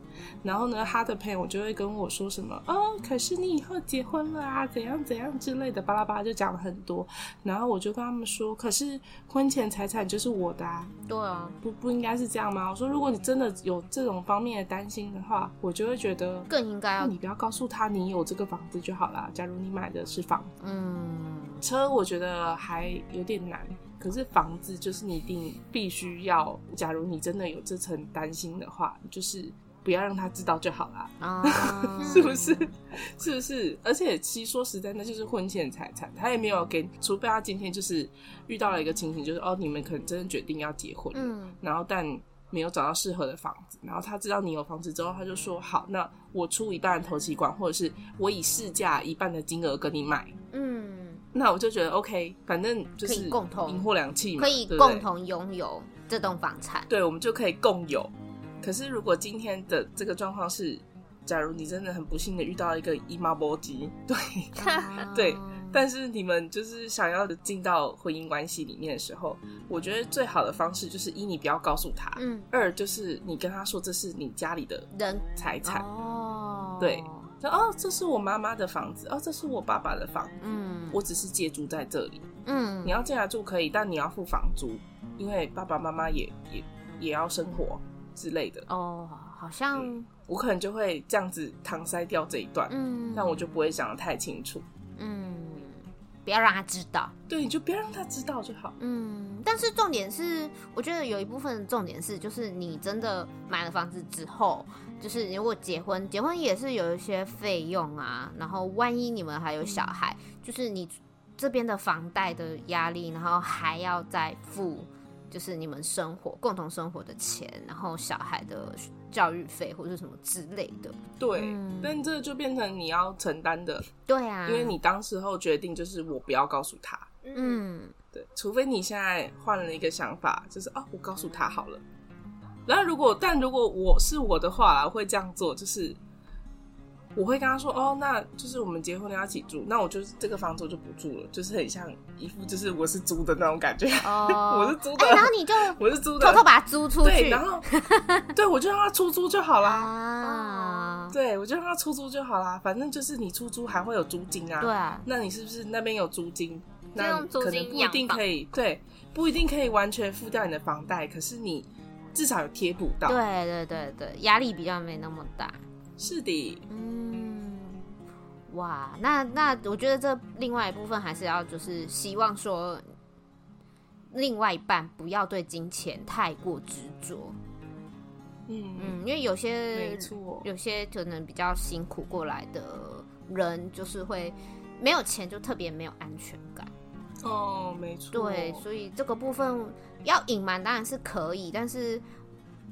B: 然后呢，他的朋友就会跟我说什么，哦，可是你以后结婚了啊，怎样怎样之类的，巴拉巴拉就讲了很多。然后我就跟他们说，可是婚前财产就是我的啊，
A: 对啊，
B: 不不应该是这样吗？我说，如果你真的有这种方面的担心的话，我就会觉得，
A: 更应该
B: 那
A: 要
B: 你不要告诉他你有这个房子就好啦。假如你买的是房子
A: 嗯，
B: 车，我觉得还有点难。可是房子就是你一定必须要，假如你真的有这层担心的话，就是不要让他知道就好啦。
A: 啊，
B: <laughs> 是不是？ <laughs> 是不是？而且其实说实在，那就是婚前财产，他也没有给，除非他今天就是遇到了一个情形，就是哦，你们可能真的决定要结婚了，
A: 嗯
B: 然后但没有找到适合的房子，然后他知道你有房子之后，他就说好，那我出一半的头期款，或者是我以市价一半的金额跟你买。
A: 嗯，
B: 那我就觉得 OK，反正就
A: 可
B: 是
A: 以共同
B: 赢货两气嘛，
A: 可以
B: 对不对
A: 共同拥有这栋房产。
B: 对，我们就可以共有。可是如果今天的这个状况是，假如你真的很不幸的遇到一个姨妈波及， <laughs> <laughs> 对，对
A: 哦
B: 但是你们就是想要进到婚姻关系里面的时候，我觉得最好的方式就是一你不要告诉他，
A: 嗯，
B: 二就是你跟他说这是你家里的
A: 人
B: 财产，
A: 哦，
B: 对说哦这是我妈妈的房子，哦这是我爸爸的房，
A: 嗯，
B: 我只是借住在这里，
A: 嗯，
B: 你要进来住可以，但你要付房租，因为爸爸妈妈也也也要生活之类的。
A: 哦，好像
B: 我可能就会这样子搪塞掉这一段，
A: 嗯，
B: 但我就不会讲的太清楚。
A: 嗯，不要让他知道，
B: 对，你就不要让他知道就好。
A: 嗯。但是重点是，我觉得有一部分重点是，就是你真的买了房子之后，就是如果结婚，结婚也是有一些费用啊，然后万一你们还有小孩，就是你这边的房贷的压力，然后还要再付。就是你们生活共同生活的钱，然后小孩的教育费或者什么之类的，
B: 对，
A: 嗯
B: 但这就变成你要承担的，
A: 对啊，
B: 因为你当时候决定就是我不要告诉他。
C: 嗯，
B: <laughs>
A: 嗯，
B: 对，除非你现在换了一个想法，就是哦，我告诉他好了。然后如果但如果我是我的话啦，我会这样做，就是我会跟他说哦，那就是我们结婚了要一起住，那我就这个房子我就不住了，就是很像一副就是我是租的那种感觉， <laughs>
A: 哦，
B: 我是租的
A: 哎、然后你就
B: 我是租的，
A: 偷偷把它租出去，
B: 对，然后对我就让他出租就好啦。
A: 啊，
B: 对，我就让他出租就好啦，反正就是你出租还会有租金啊。
A: 对，啊，
B: 那你是不是那边有租金？
C: 就
B: 那
C: 用租
B: 可能
C: 金
B: 不一
C: 养
B: 定
C: 房
B: 可以，对，不一定可以完全付掉你的房贷，可是你至少有贴补到。
A: 对对对对，压力比较没那么大。
B: 是的，
A: 嗯，哇，那那我觉得这另外一部分还是要就是希望说，另外一半不要对金钱太过执着。
B: 嗯嗯，
A: 嗯，因为有
B: 没
A: 些
B: 错，
A: 有些可能比较辛苦过来的人，就是会没有钱就特别没有安全感。
B: 哦，没错，
A: 对，所以这个部分要隐瞒当然是可以，但是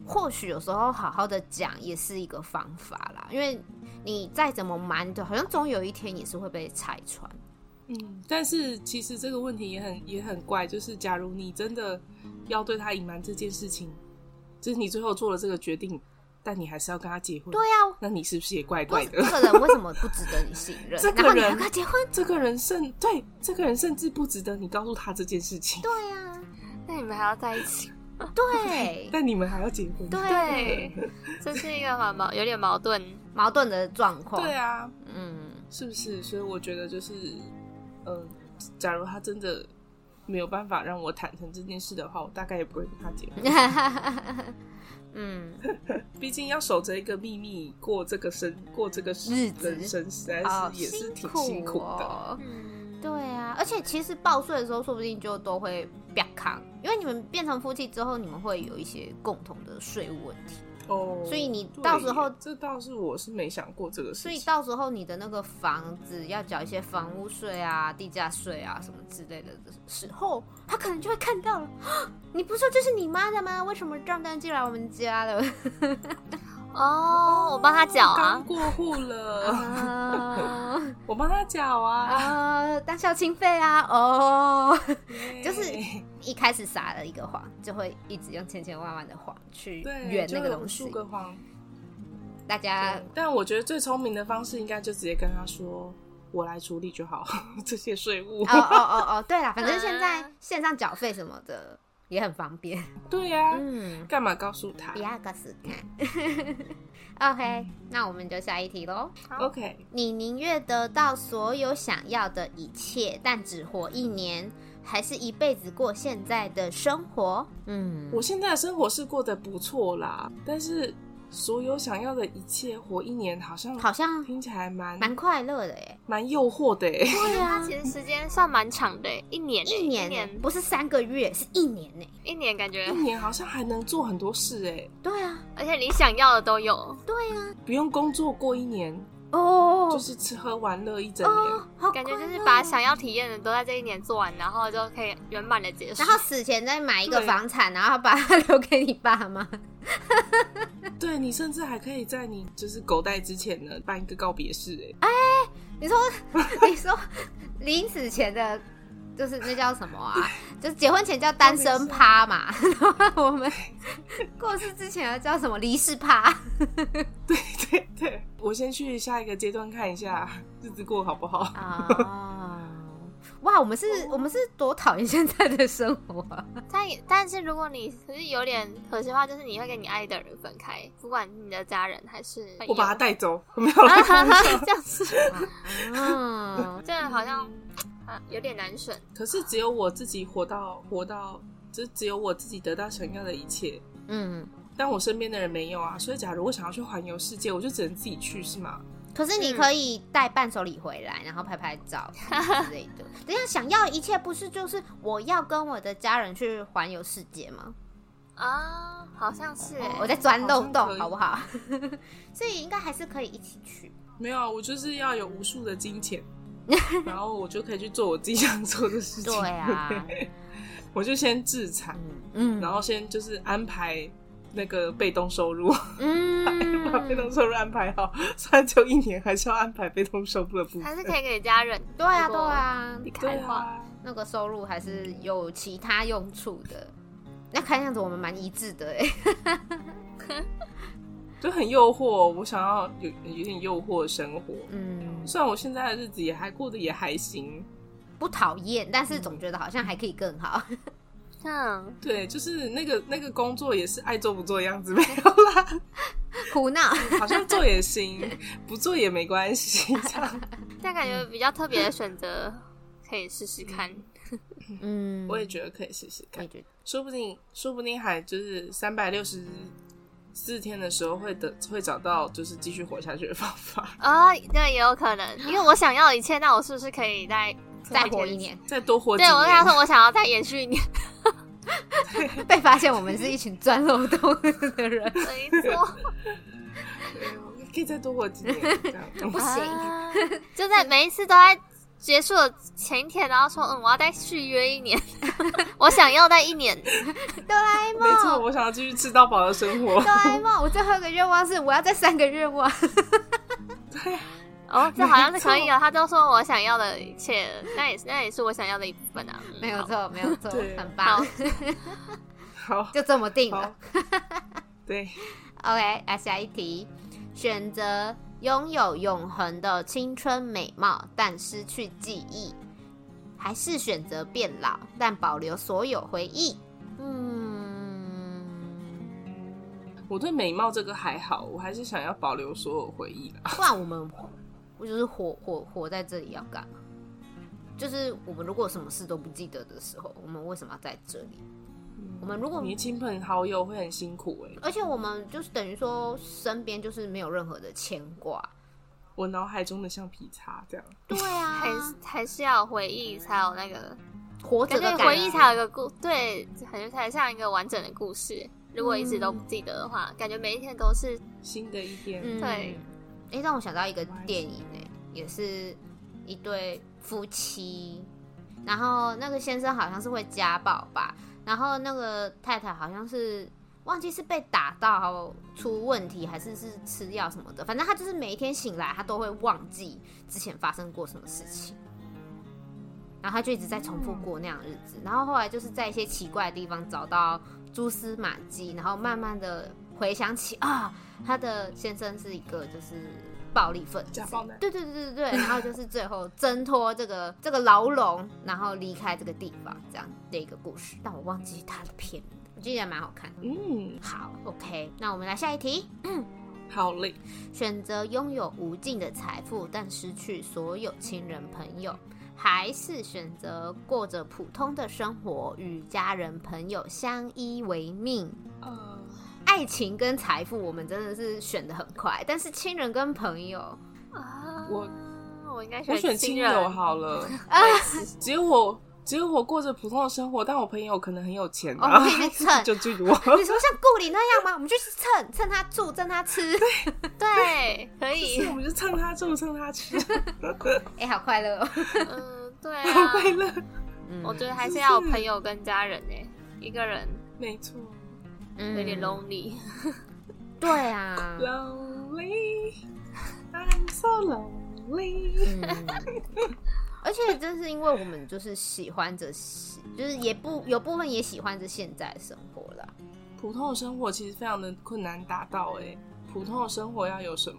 A: 或许有时候好好的讲也是一个方法啦，因为你再怎么瞒着，好像总有一天也是会被拆穿。
B: 嗯，但是其实这个问题也很也很怪，就是假如你真的要对他隐瞒这件事情，就是你最后做了这个决定，但你还是要跟他结婚，
A: 对呀、啊，
B: 那你是不是也怪
A: 不
B: 怪
A: 是
B: 的
A: 这？个人为什么不值得你信任？
B: <laughs> 这个
A: 然后你还
B: 人
A: 跟他结婚？
B: 这个人甚对，这个人甚至不值得你告诉他这件事情，
A: 对呀、
C: 那你们还要在一起？
A: 对
B: 但你们还要结婚，
A: 对，
C: <laughs> 对，这是一个蛮矛有点矛盾。
A: 矛盾的状况。
B: <laughs> 对啊，
A: 嗯，
B: <laughs> 是不是？所以我觉得就是，呃，假如他真的没有办法让我坦诚这件事的话，我大概也不会跟他结婚。
A: 嗯，
B: 毕竟要守着一个秘密过这个生过这个
A: 日子
B: 人生，实在
A: 好
B: 是也是挺辛苦的。
A: 哦
C: 嗯，
A: 对啊，而且其实报税的时候，说不定就都会变康，因为你们变成夫妻之后，你们会有一些共同的税务问题，
B: 哦，
A: 所以你
B: 对
A: 到时候
B: 耶这倒是我是没想过这个事
A: 所以
B: 情。
A: 到时候你的那个房子要缴一些房屋税啊、地价税啊什么之类的时候，他可能就会看到了， <gasps> 啊你不是说这是你妈的吗？为什么账单寄来我们家
B: <laughs>
A: 了？
C: 哦，我帮他缴啊
B: 刚，过户了，
A: <laughs> 啊
B: 我帮他缴啊，
A: 啊，当孝亲费啊，哦， <laughs> 就是
B: 耶
A: 一开始撒了一个谎，就会一直用千千万万的谎去
B: 对
A: 圆那
B: 就
A: 个
B: 有
A: 东
B: 无
A: 西
B: 数。个谎。
A: 大家
B: 对但我觉得最聪明的方式应该就直接跟他说：“我来处理就好 <laughs> 这些税务。
A: 哦哦哦哦，对啦，反正现在
C: 啊
A: 线上缴费什么的也很方便。
B: 对呀、
A: 嗯，
B: 干嘛告诉
A: <laughs>
B: 他
A: 不要告诉他。OK，那我 <laughs> 们就下一题喽。
B: ？OK，
A: 你宁愿得到所有想要的一切，但只活一年，还是一辈子过现在的生活？嗯，
B: 我现在的生活是过得不错啦，但是所有想要的一切，活一年好像
A: 好像
B: 听起来蛮
A: 蛮快乐的耶。
B: 蛮诱惑的欸诶。
A: 对
C: 他其实时间算蛮长的，一年，
A: 一
C: 欸啊一
A: 年耶
C: 年，
A: 不是三个月，是一年呢。
C: 一年感觉
B: 一，年好像还能做很多事诶，
A: 对啊，
C: 而且你想要的都有，
B: 不用工作过一年，
A: 哦，
B: 就是吃喝玩乐一整年。
A: 哦好
C: 感觉就是
A: 快乐
C: 把
A: 哦
C: 想要体验的都在这一年做完，然后就可以圆满的结束
A: 然。后死前再买一个
B: 对
A: 房产，然后把它留给你爸妈。
B: 对你甚至还可以在你就是狗带之前呢办一个告别式欸诶。
A: 你说， <laughs> 你说临死前的，就是那叫什么啊？就是结婚前叫单身趴嘛， <laughs> 然后我们过世之前叫什么离世趴？
B: <laughs> 对对对，我先去下一个阶段看一下 <laughs> 日子过得好不好。
A: 啊，哇，我们是，我们是多讨厌现在的生活啊！
C: 但也但是如果你可是有点可惜的话，就是你会跟你爱的人分开，不管你的家人还是朋友
B: 我把它带走， <laughs> 没有啦
C: 呃啊哈哈 <laughs> 这样子，
A: 嗯，
C: 这好像啊有点难选。
B: 可是只有我自己活到活到，就是只有我自己得到想要的一切，
A: 嗯，
B: 但我身边的人没有啊。所以，假如我想要去环游世界，我就只能自己去，是吗？
A: 可是你可以带伴手礼回来，然后拍拍照之类的。等一下，想要一切不是就是我要跟我的家人去环游世界吗？
C: 啊，好像是欸、
A: 我在钻漏
B: 好像可
A: 洞，
B: 以
A: 好不好？ <laughs> 所以应该还是可以一起去。
B: 没有啊，我就是要有无数的金钱，然后我就可以去做我自己想做的事情。
A: 对啊，
B: <laughs> 我就先自产，
A: 嗯
B: 然后先就是安排那个被动收入，把被 <laughs>
A: 嗯，
B: 动收入安排好。虽然只有一年，还是要安排被动收入的部
C: 还
B: 分。
C: 是可以给家人。
A: 嗯对啊，对，啊，
C: 离开
B: 对
C: 的话，
B: 啊，
A: 那个收入还是有其他用处的。那看样子我们蛮一致的哎、
B: 就很诱惑，我想要有有点诱惑的生活。
A: 嗯，
B: 虽然我现在的日子也还过得也还行，
A: 不讨厌，但是总觉得好像还可以更好。 <laughs>
C: 嗯，
B: 对，就是那个那个工作也是爱做不做的样子，没有啦，
A: 苦闹，
B: 好像做也
C: <laughs>
B: 行，不做也没关系，这样
C: 但感觉比较特别的选择，可以试试看。
A: 嗯，
B: 我也觉得可以试试
A: 我也
B: 看，
C: 嗯
A: 觉得，
B: 说不定说不定还就是三百六十四天的时候会得会找到就是继续活下去的方法，
C: 啊、对，也有可能，因为我想要的一切，那我是不是可以再
A: 再活一年？
B: 再多活几
C: 对，我跟
B: 年
C: 他。说，我想要再延续
A: <laughs>
C: 一年，
A: 被发现我们是一群钻漏洞的
B: <laughs>
A: 人，
C: 没错，
B: 啊可以再多活几年，这样
A: 不行
C: 啊
A: <laughs>
C: 就在每一次都在结束的前一天，然后说，嗯，我要再续约一年， <laughs> 我想要再一年，
A: 哆啦 A
B: 没错，
A: 梦，
B: 我想要继续吃到饱的生
A: <laughs>
B: 活
A: 哆。啦 A 梦，我最后一个愿望是我要再三个愿望。
C: 哦，这好像是可以哦。他都说我想要的一切，那也是那也是我想要的一部分啊。嗯
A: 没有
C: 好
A: 错，没有错，
B: 对
A: 很棒
C: 好，
B: 好，
A: 就这么定了
B: 好。，对，
A: OK，那下一题，选择拥有永恒的青春美貌，但失去记忆，还是选择变老，但保留所有回忆？嗯，
B: 我对美貌这个还好，我还是想要保留所有回忆啦。
A: 不然我们我就是活活活在这里要干嘛？就是我们如果什么事都不记得的时候，我们为什么要在这里？我们如果
B: 你亲朋好友会很辛苦哎、
A: 而且我们就是等于说身边就是没有任何的牵挂，
B: 我脑海中的橡皮擦这样，
A: 对啊，
C: 还是还是要回忆才有那个，
A: 活着
C: 感
A: 的
C: 觉
A: 觉
C: 回忆才有一个故，对，感觉才像一个完整的故事。如果一直都不记得的话，感觉每一天都是
B: 新的一天，
A: 嗯，
C: 对
A: 哎、让我想到一个电影哎、也是一对夫妻，然后那个先生好像是会家暴吧，然后那个太太好像是忘记是被打到出问题，还是是吃药什么的，反正他就是每一天醒来，他都会忘记之前发生过什么事情。然后他就一直在重复过那样的日子，然后后来就是在一些奇怪的地方找到蛛丝马迹，然后慢慢的回想起啊，他的先生是一个就是暴力分子
B: 家，暴男，
A: 对对对对对， <laughs> 然后就是最后挣脱这个这个牢笼，然后离开这个地方这样的一个故事，但我忘记他的片名，我记得蛮好看的。
B: 嗯，
A: 好，OK，那我们来下一题，
B: 好累，
A: 选择拥有无尽的财富，但失去所有亲人朋友，还是选择过着普通的生活，与家人朋友相依为命？
B: 呃，
A: 爱情跟财富，我们真的是选的很快，但是亲人跟朋
B: <laughs>
A: 友，哦
C: 啊，
B: 我
C: 我应该
B: 我选亲啊
C: 亲
B: 友好了，哎只有我只有我过着普通的生活，但我朋友可能很有钱
A: 哦我
B: 啊
A: 们可以去蹭，
B: <laughs> 就就我，
A: 你说像顾里那样吗？我 <laughs> 们就去蹭蹭他住，蹭他吃，
C: 对，可
B: <laughs> 是啊
C: 以
B: 我，们就蹭他住，蹭他吃，
A: <laughs> 哎、好快乐、哦。
C: 嗯，对
B: <laughs> 好快
C: 啊，
B: 乐，
A: 嗯
C: <laughs> 我觉得还是要有朋友跟家人呢，一个人
B: 没错
A: 嗯
C: 有点 lonely。
A: 对
B: <laughs>
A: 啊，
B: ，lonely，I'm so lonely，
A: 嗯，而且正是因为我们就是喜欢着喜，就是也不有部分也喜欢着现在的生活啦。
B: 普通的生活其实非常的困难达到哎、普通的生活要有什么？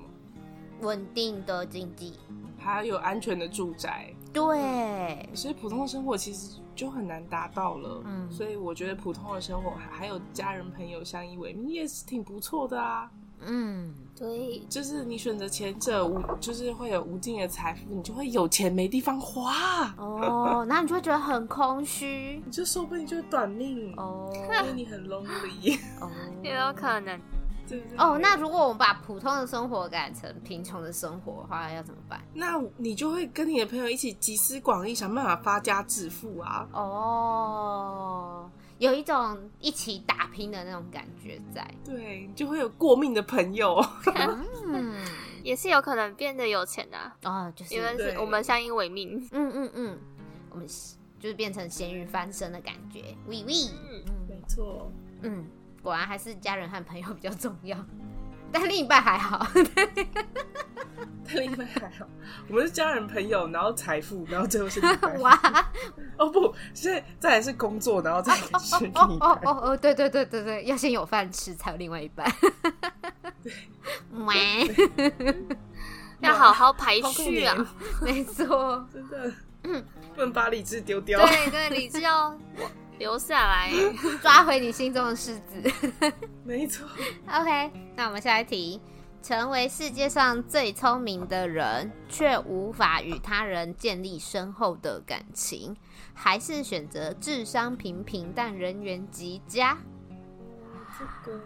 A: 稳定的经济，
B: 还要有安全的住宅，
A: 对，
B: 所以普通的生活其实就很难达到了。
A: 嗯
B: 所以我觉得普通的生活还还有家人朋友相依为命也是挺不错的啊。
A: 嗯，
C: 对，
B: 就是你选择前者，无就是会有无尽的财富，你就会有钱没地方花，啊
A: 哦，然后你就会觉得很空虚，
B: 你就说不定就是短命，
A: 哦，
B: 因为你很 lonely， <laughs>
C: <laughs>
A: 哦。
C: 也有可能。
B: 对不对？
A: 哦，那如果我们把普通的生活改成贫穷的生活的话，要怎么办？
B: 那你就会跟你的朋友一起集思广益，想办法发家致富啊。
A: 哦，有一种一起打拼的那种感觉在。
B: 对，你就会有过命的朋友。
A: 嗯，
C: 也是有可能变得有钱的、啊，
A: 哦，就是
C: 因为
B: 对
C: 是我们相依为命。
A: 嗯嗯嗯，我们就是变成咸鱼翻身的感觉。喂喂，嗯
B: 没错，
A: 嗯，果然还是家人和朋友比较重要，但另一半还好。
B: 但另一半还好， <laughs> 我们是家人朋友，然后财富，然后最后是另一
A: <laughs>
B: 半
A: 哇，
B: 哦不，是再来是工作，然后再来是另
A: 哦 <laughs>
B: 一
A: 哦
B: 半。
A: 哦哦，对对对对对，要先有饭吃才有另外一半。 <laughs> 喂，
C: 要好好排
B: 好可
C: 序啊！
B: 怜
A: 没错，
B: 真的，不能把理智丢掉。
C: 对对，理智要留下来。
A: 抓回你心中的狮子。 <laughs>
B: 没错，
A: OK，那我们下一题：成为世界上最聪明的人，却无法与他人建立深厚的感情，还是选择智商平平但人缘极佳？
B: 这个，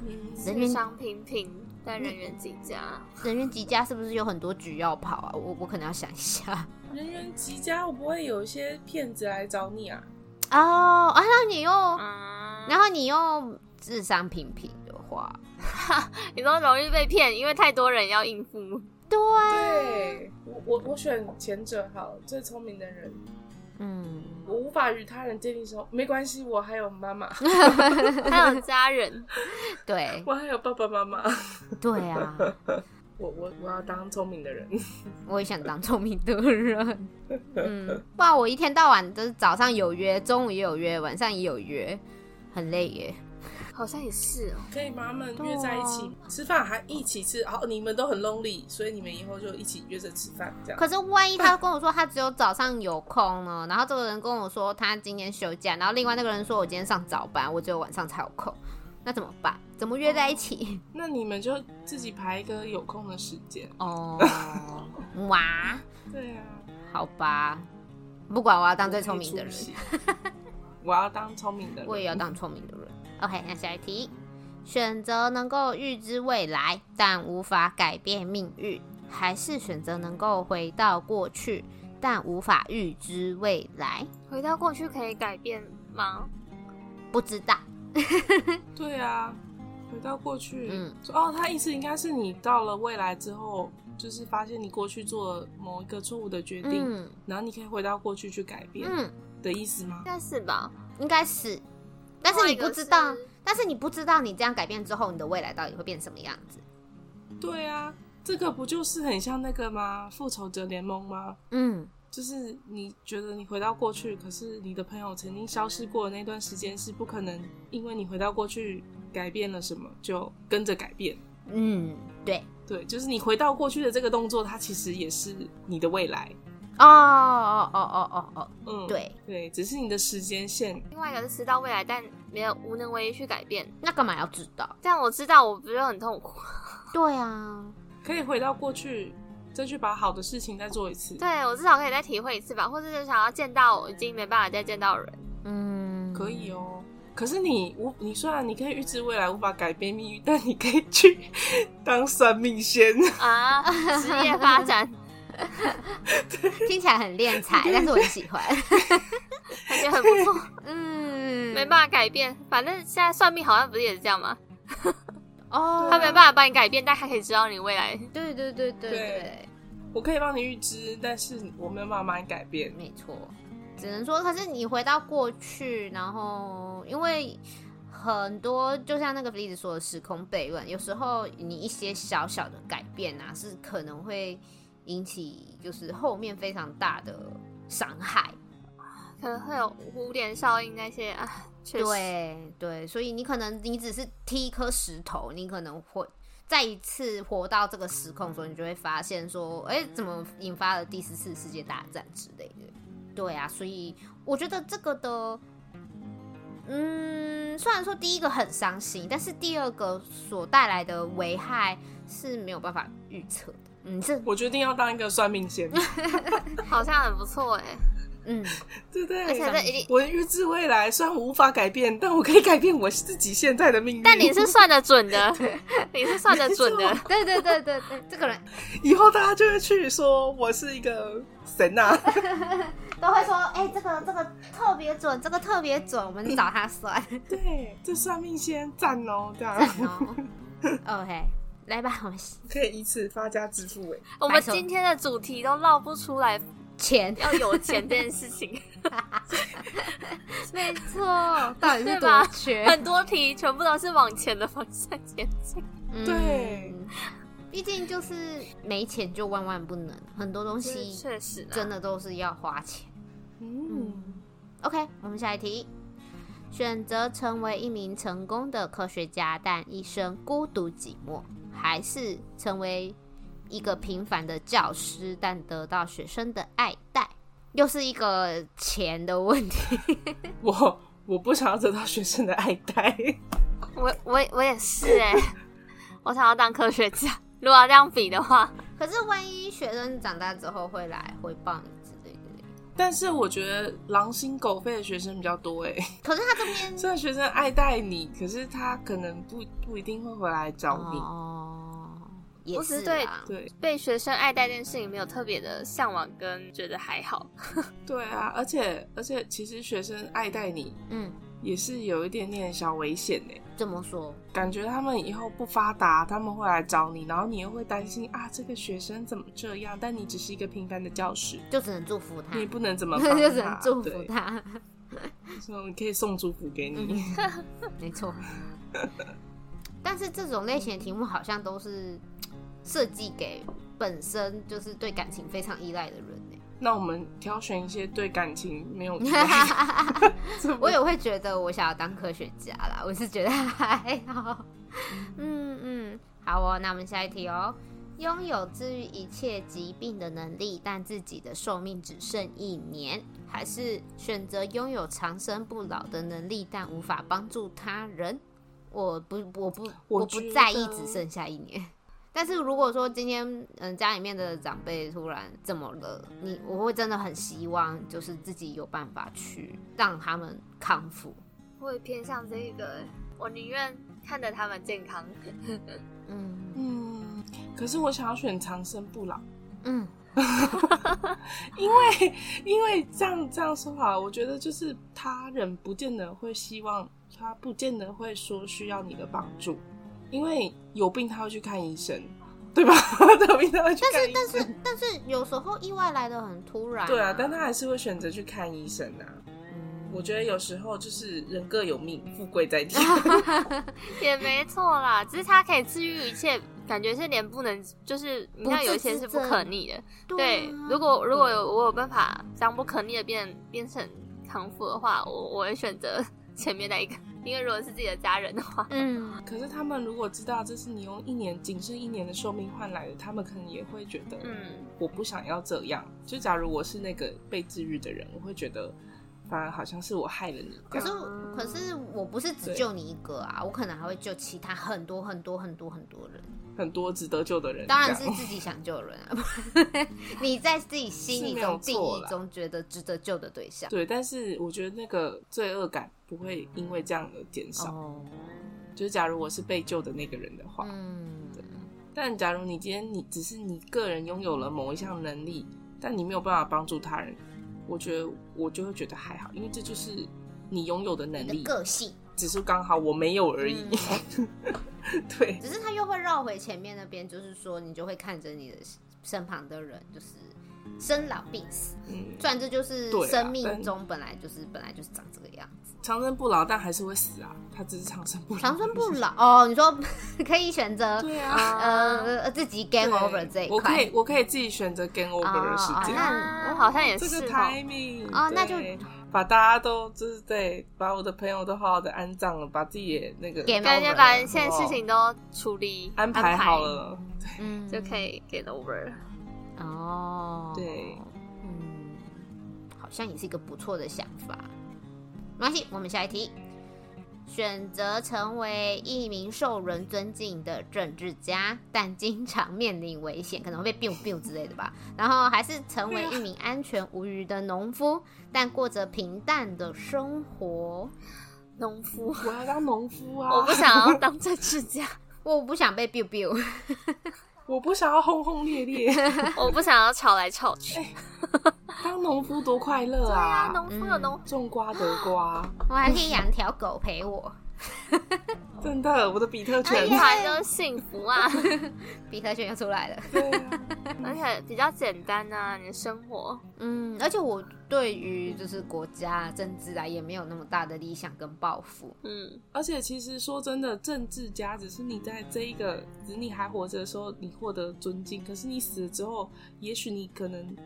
B: 嗯，
A: 人
C: 智
A: 缘
C: 商平平，但人缘极佳。
A: 人缘极佳是不是有很多局要跑啊？我我可能要想一下。 <laughs>
B: 人缘极佳，我不会有一些骗子来找你啊。
A: 哦，啊，那你又，
C: 嗯，
A: 然后你又智商平平的话，
C: 你都容易被骗，因为太多人要应付。
A: <laughs> 对，
B: 对我，我我选前者好，最聪明的人。
A: 嗯，
B: 我无法与他人建立说，没关系，我还有妈妈，
C: 还有家人，
A: 对
B: 我还有爸爸妈妈。
A: 对啊，
B: 我我我要当聪明的人。
A: 我也想当聪明的人。嗯，不然我一天到晚都是早上有约，中午也有约，晚上也有约，很累耶。
C: 好像也是哦。
B: 可以把他们
A: 对啊
B: 约在一起、吃饭，还一起吃。好，你们都很 lonely，所以你们以后就一起约着吃饭，这样。
A: 可是万一他跟我说他只有早上有空呢？然后这个人跟我说他今天休假，然后另外那个人说我今天上早班，我只有晚上才有空，那怎么办？怎么约在一
B: <laughs>
A: 起？
B: 那你们就自己排一个有空的时间。
A: 哦，哇，
B: 对啊，
A: 好吧，不管，我要当最聪明的
B: 我
A: 人
B: 可以，出席我要当聪明的人，
A: 我也要当聪明的人。OK，那下一题，选择能够预知未来但无法改变命运，还是选择能够回到过去但无法预知未来？
C: 回到过去可以改变吗？
A: 不知道，
B: 对啊，回到过去，
A: 嗯
B: 说哦，他意思应该是你到了未来之后，就是发现你过去做了某一个错误的决定，
A: 嗯
B: 然后你可以回到过去去改变
A: 嗯，
B: 的意思吗
C: 应？该是吧。
A: 应该是，但是你不知
C: 另
A: 道
C: 外一个是，
A: 但是你不知道你这样改变之后，你的未来到底会变什么样子？
B: 对啊，这个不就是很像那个吗？复仇者联盟吗？
A: 嗯，
B: 就是你觉得你回到过去，可是你的朋友曾经消失过的那段时间是不可能，因为你回到过去改变了什么就跟着改变。
A: 嗯，对，
B: 对，就是你回到过去的这个动作，它其实也是你的未来。
A: 哦哦哦哦哦哦，
B: 嗯，
A: 对，
B: 对，只是你的时间线。
C: 另外一个是知道未来，但没有无能为力去改变。
A: 那干嘛要知道？
C: 但我知道，我不是很痛苦。 <laughs>
A: 对啊，
B: 可以回到过去，再去把好的事情再做一次。
C: 对我至少可以再体会一次吧，或者是想要见到我已经没办法再见到的人。
A: 嗯，
B: 可以哦。可是你无，你虽然你可以预知未来，无法改变命运，但你可以去 <laughs> 当算命仙。
C: 啊，职业发
A: <laughs>
C: 展，
A: 听起来很敛 <laughs> 财，但是我很喜欢。
C: 感觉很不错，
A: 嗯，
C: 没办法改变。反正现在算命好像不是也是这样吗？
A: 哦，
C: 他没办法帮你改变，但他可以知道你未来。
A: 对对对对
B: 对
A: 对，
B: 我可以帮你预知，但是我没有办法帮你改变。
C: 嗯
A: 没错，只能说，可是你回到过去，然后因为。很多就像那个例子说的时空悖论，有时候你一些小小的改变啊，是可能会引起就是后面非常大的伤害。
C: 可能会有蝴蝶效应那些啊，确实，
A: 对对，所以你可能你只是踢一颗石头，你可能会再一次活到这个时空的时候，你就会发现说，哎，怎么引发了第四次世界大战之类的？对啊，所以我觉得这个的，嗯，虽然说第一个很伤心，但是第二个所带来的危害是没有办法预测的。嗯，这
B: 我决定要当一个算命
C: 嗯
B: 仙，
C: 好像很不错哎、
A: 嗯，
B: 对不对？
C: 而且这一定
B: 我预知未来，虽然我无法改变，但我可以改变我自己现在的命运。
C: 但你是算得准 <laughs> 的，你是算得准的 <laughs>
B: 没，
A: 对对对对对，这个人
B: 以后大家就会去说我是一个神呐、啊， <laughs>
A: 都会说，哎、这个这个特别准，这个特别准，我们找他算。
B: 对，这算命仙赞哦，这样
C: <laughs>
A: 哦 OK，来吧，我们
B: 可以以此发家致富哎。
C: 我们今天的主题都绕不出来，
A: 钱，
C: 要有钱这件事 <laughs> 情，
A: 没错，到底是
C: 对吧
A: 多缺？
C: 很多题全部都是往钱的方向 <laughs> 前进。
A: 嗯
B: 对，
A: 毕竟就是没钱就万万不能，很多东西
C: 确实、啊，
A: 真的都是要花钱。
B: 嗯，
A: OK，我们下一题。选择成为一名成功的科学家，但一生孤独寂寞，还是成为一个平凡的教师，但得到学生的爱戴，又是一个钱的问题。
B: 我我不想要得到学生的爱戴，
C: 我我我也是哎、 <laughs> 我想要当科学家。如果要这样比的话，
A: 可是万一学生长大之后会来回报你之类的，
B: 但是我觉得狼心狗肺的学生比较多哎。
A: 可是他这边
B: 虽然学生爱戴你，可是他可能不不一定会回来找你。
A: 哦，也
C: 我只
A: 是
C: 是对
A: 啊
B: 对
C: 被学生爱戴这件事情没有特别的向往，跟觉得还好。
B: 对啊，而且而且，其实学生爱戴你
A: 嗯，
B: 也是有一点点小危险呢。
A: 这么说，
B: 感觉他们以后不发达，他们会来找你，然后你又会担心啊，这个学生怎么这样？但你只是一个平凡的教师，
A: 就只能祝福他
B: 你，也不
A: <laughs>
B: 能怎么帮他，
A: 嗯就只能祝福
B: 对，
A: 他， <laughs>
B: 所以你可以送祝福给你。
A: 没错。但是这种类型的题目好像都是设计给本身就是对感情非常依赖的人欸
B: <laughs> 那我们挑选一些对感情没 <laughs> 有什
A: 我也会觉得我想要当科学家啦，我是觉得还好。嗯嗯，好哦，那我们下一题哦。拥有治愈一切疾病的能力，但自己的寿命只剩一年，还是选择拥有长生不老的能力，但无法帮助他人？我不，我不，
B: 我
A: 我
B: 觉
A: 不
B: 得
A: 在意只剩下一年。但是如果说今天嗯家里面的长辈突然怎么了，你我会真的很希望就是自己有办法去让他们康复。
C: 我也偏向这一个，我宁愿看着他们健康。
A: 嗯
B: 嗯，可是我想要选长生不老，
A: 嗯，
B: 因为因为这样这样说法，我觉得就是他人不见得会希望，他不见得会说需要你的帮助，因为有病他会去看医生，对 <laughs> 吧？有病他会去看医生。但是但是
A: 但是有时候意外来的很突然、
B: 对啊，但
A: <laughs>
B: 他还是会选择去看医生啊。
A: 嗯
B: 我觉得有时候就是人各有命，富贵在 <laughs> 天。
C: <laughs> 也没错啦，只是它可以治愈一切，感觉是连不能，就是你看有一些是不可逆的。对，
A: 啊
C: 如果如果有我有办法将不可逆的变变成康复的话，我我会选择 <laughs> 前面那一个，因为如果是自己的家人的话，
A: 嗯
B: 可是他们如果知道这是你用一年仅剩一年的寿命换来的，他们可能也会觉得，
C: 嗯，
B: 我不想要这样。就假如我是那个被治愈的人，我会觉得，反而好像是我害了你。
A: 可是
B: 这样
A: 可是我不是只
B: 嗯对
A: 救你一个啊，我可能还会救其他很多很多很多很多人。
B: 很多值得救的人，
A: 当然
B: 这
A: 是
B: 样
A: 自己想救人啊，
B: <laughs>
A: 你在自己心里
B: 是没有
A: 中定
B: 错
A: 义
B: 啦
A: 中觉得值得救的对象。
B: <laughs> 对。但是我觉得那个罪恶感不会因为这样而减少。
A: 哦，
B: 就是假如我是被救的那个人的话，
A: 嗯，
B: 但假如你今天你只是你个人拥有了某一项能力，但你没有办法帮助他人，我觉得我就会觉得还好，因为这就是你拥有的能
A: 你的
B: 力，
A: 个性，
B: 只是刚好我没有而已。
A: 嗯
B: <laughs> 对，
A: 只是他又会绕回前面那边，就是说你就会看着你的身旁的人，就是生老病死。
B: 嗯，
A: 虽然这就是
B: 对啊
A: 生命
B: 但
A: 中本来就是本来就是长这个样子，
B: 长生不老，但还是会死啊，他只是长生不老。
A: 长生不老哦。你说可以选择
B: 对啊，
C: 啊，
A: 呃自己 game over 这
B: 对
A: 一
B: 我可
A: 块
B: 以我可以自己选择 game
A: 哦
B: over 的时
A: 哦
B: 间。
A: 那
C: 我好像也
B: 这
C: 是
B: 个
C: 哦。
B: timing
A: 哦那就
B: 对把大家都就是对，把我的朋友都好好的安葬了，把自己也那个
A: game
C: 感觉
A: over，
C: 把一切事情都处理
B: 哦安排好，了，
A: 嗯，
C: 就可以 get over 了。
A: 哦，
B: 对，
A: 嗯，好像也是一个不错的想法。没关系，我们下一题，选择成为一名受人尊敬的政治家，但经常面临危险，可能会被 biu biu 之类的吧。然后还是成
B: 啊
A: 为一名安全无虞的农夫，但过着平淡的生活。
C: 农夫，
B: 我要当农夫啊！
A: 哦
C: 我不想要当政治家，
A: 我不想被 biu <laughs> biu，
B: 我不想要轰轰
A: <laughs>
B: 烈烈，
C: 我不想要吵来吵去。
B: 当农夫多快乐
C: 对啊，
B: 啊！
C: 农夫有农，
B: 种瓜得瓜，
A: 我还可以养条狗陪我。
B: 真的，我的比特
C: 平
A: 哎
B: 犬。
C: 凡跟幸福啊， <laughs>
A: 比特犬又出来了。
B: 对啊，
C: 而且比较简单啊，你的生活。
A: 嗯，而且我对于就是国家政治啊，也没有那么大的理想跟抱负。
C: 嗯，
B: 而且其实说真的，政治家只是你在这一个，只是你还活着的时候，你获得尊敬。可是你死了之后，也许你可能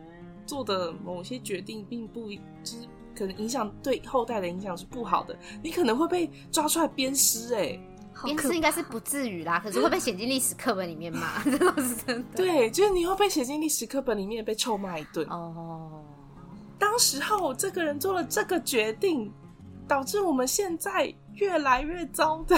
B: 做的某些决定，并不就是可能影响对后代的影响是不好的，你可能会被抓出来鞭尸、哎，
C: 好
A: 鞭
C: 可
A: 尸应该是不至于啦，可是会被写进历史课本里面嘛， <laughs> 这都是真的。
B: 对，就是你会被写进历史课本里面被臭骂一顿。
A: 哦，
B: 当时候这个人做了这个决定，导致我们现在越来越糟的。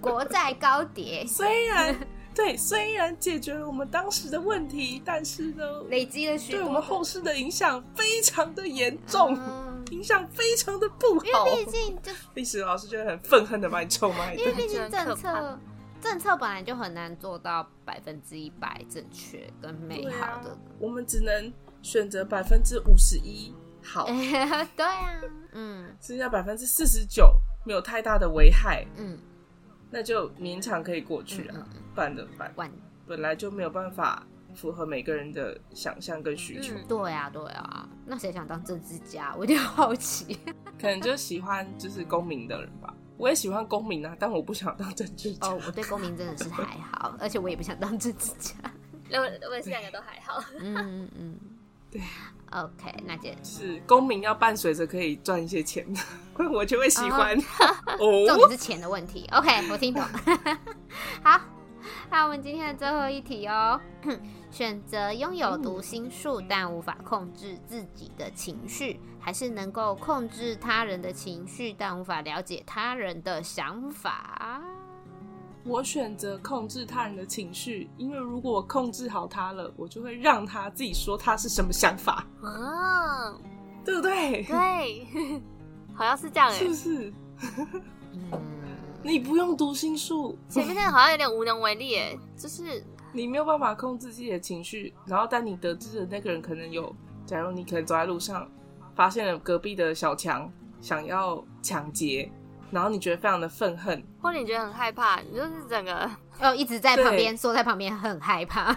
A: 国债高跌，<laughs>
B: 虽然对，虽然解决了我们当时的问题，但是呢，
A: 累积了许
B: 对
A: 多
B: 我们后世的影响非常的严重，
A: 嗯
B: 影响非常的不
A: 因为
B: 好。
A: 毕竟就
B: 历史老师就会很愤恨的把你臭骂一
A: 因为
B: 顿。
A: 毕竟政
C: 我觉得很
A: 策政策本来就很难做到百分之一百正确跟美好的。
B: 我们只能选择百分之五十一好，
A: 哎 <laughs> 对啊，嗯
B: 剩下百分之四十九没有太大的危害，
A: 嗯，
B: 那就勉强可以过去
A: 嗯
B: 啊
A: 嗯。
B: 不然怎么办？
A: 晚
B: 本来就没有办法符合每个人的想象跟需求，
C: 嗯，
A: 对啊对啊，那谁想当政治家？我有点好 <laughs> 奇。
B: 可能就喜欢就是公民的人吧。我也喜欢公民啊，但我不想当政治家。
A: 哦，我对公民真的是还好，而且我也不想当政治家。
C: 我我也是两个都还好。
A: <laughs>
C: <laughs>
A: 嗯嗯嗯，哦
B: 对。
A: OK，那姐，
B: 就是公民要伴随着可以赚一些钱， <laughs> 我就会喜欢。
A: 重
B: 哦，
A: 点是钱的问题。OK，我听懂。 <laughs> 好，那我们今天的最后一题哦， <clears throat> 选择拥有读心术但无法控制自己的情绪，还是能够控制他人的情绪但无法了解他人的想法？
B: 我选择控制他人的情绪，因为如果我控制好他了，我就会让他自己说他是什么想法，
C: 嗯，
B: 对不对？
C: 对， <laughs> 好像是这样哎、
B: 是不是？
A: 嗯，
B: 你不用读心术，
C: 前面那个好像有点无能为力哎、就是
B: 你没有办法控制自己的情绪，然后但你得知的那个人可能有，假如你可能走在路上，发现了隔壁的小强想要抢劫，然后你觉得非常的愤恨，
C: 或者你觉得很害怕，你就是整个
A: 哦，一直在旁
B: 对
A: 边坐在旁边很害
B: <laughs>
A: 怕，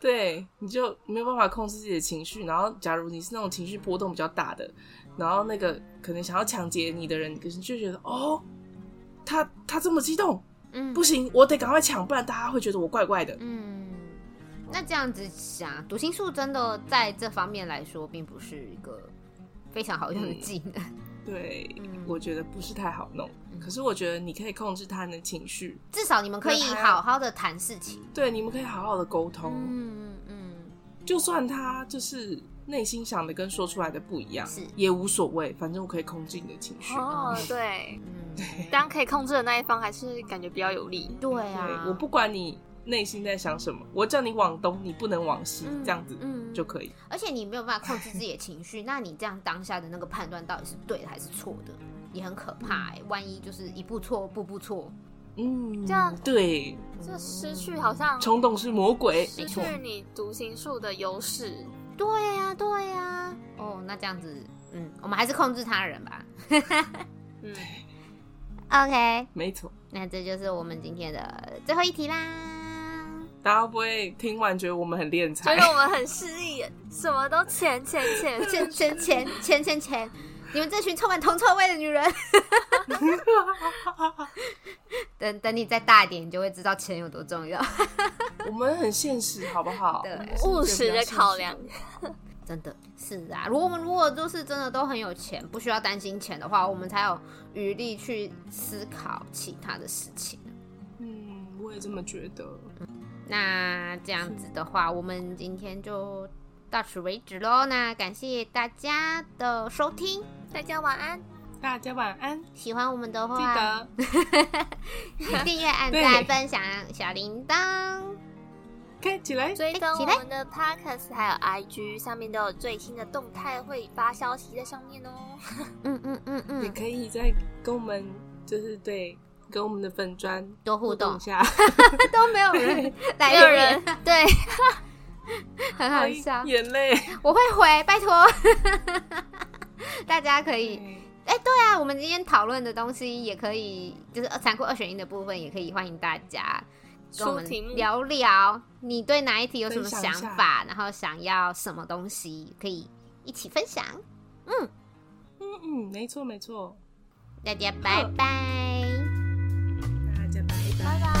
B: 对，你就没有办法控制自己的情绪。然后，假如你是那种情绪波动比较大的，然后那个可能想要抢劫你的人，可是你就觉得哦，他他这么激动，
A: 嗯
B: 不行，我得赶快抢，不然大家会觉得我怪怪的。
A: 嗯，那这样子想，读心术真的在这方面来说，并不是一个非常好用
B: 嗯
A: 的技能。
B: 对，
A: 嗯
B: 我觉得不是太好弄。可是我觉得你可以控制他人的情绪，
A: 至少你们可以
B: 那他
A: 好好的谈事情。
B: 对，你们可以好好的沟通，
A: 嗯嗯
B: 就算他就是内心想的跟说出来的不一样，
A: 是
B: 也无所谓，反正我可以控制你的情绪。
C: 哦，对，
A: 嗯，
C: 当可以控制的那一方还是感觉比较有利。
A: 对啊，
B: 对我不管你内心在想什么，我叫你往东，你不能往西，
A: 嗯
B: 这样子
A: 嗯
B: 就可以。
A: 而且你没有办法控制自己的情绪， <laughs> 那你这样当下的那个判断到底是对的还是错的，也很可怕、欸。万一就是一步错，步步错，
B: 嗯，
C: 这样
B: 对，
C: 这失去好像
B: 冲动是魔鬼，
C: 失去你读心术的优势，
A: 对呀、对呀、哦，那这样子，嗯，我们还是控制他人吧。
C: 嗯，
A: OK，
B: 没错。
A: 那这就是我们今天的最后一题啦。
B: 大家会不会听完觉得我们很敛
C: 觉
B: 财
C: 得？我们很失意，什么都钱钱钱
A: 钱钱钱钱钱钱，你们这群充满铜臭味的女人！ <laughs> 等等，你再大一点，你就会知道钱有多重要。
B: 我们很现实，好不好？
A: 对
B: 我们是
C: 务
B: 一个比
C: 实
B: 较
C: 的
B: 现实
C: 考量。
A: 真的是啊，如果我们如果就是真的都很有钱，不需要担心钱的话，我们才有余力去思考其他的事情。
B: 嗯，我也这么觉得。
A: 那这样子的话，我们今天就到此为止喽。那感谢大家的收听，
C: <laughs> 大家晚安，
B: 大家晚安，
A: 喜欢我们的
B: 记
A: 话，
B: 得
A: 订阅、按
B: 对
A: 赞、分享小铃铛。
B: 看起来。
C: 追踪
A: 哎起
C: 我
A: 来
C: 们的 podcast 还有 IG 上面都有最新的动态，会发消息在上面哦。
A: 嗯嗯嗯
B: 也
A: 嗯，
B: 可以再跟我们，就是对，跟我们的粉砖
A: 多 <laughs> 互动
B: 一下，。
A: 都没有人来
C: 没有
A: 留
C: 人
A: 言，
C: <laughs> 对，
A: 很好笑
B: <laughs> 眼泪。
A: 我会回，拜托。 <laughs> 大家可以
B: 嗯
A: 那我们今天讨论的东西也可以，就是残酷二选一的部分，也可以欢迎大家跟我
C: 出
A: 们
C: 题目
A: 聊聊，你对哪一题有什么
B: 分享
A: 想
B: 一下
A: 法，然后想要什么东西，可以一起分享。
B: 嗯嗯，没错没错，
A: 大家拜拜。
B: 大家拜拜
C: 拜拜。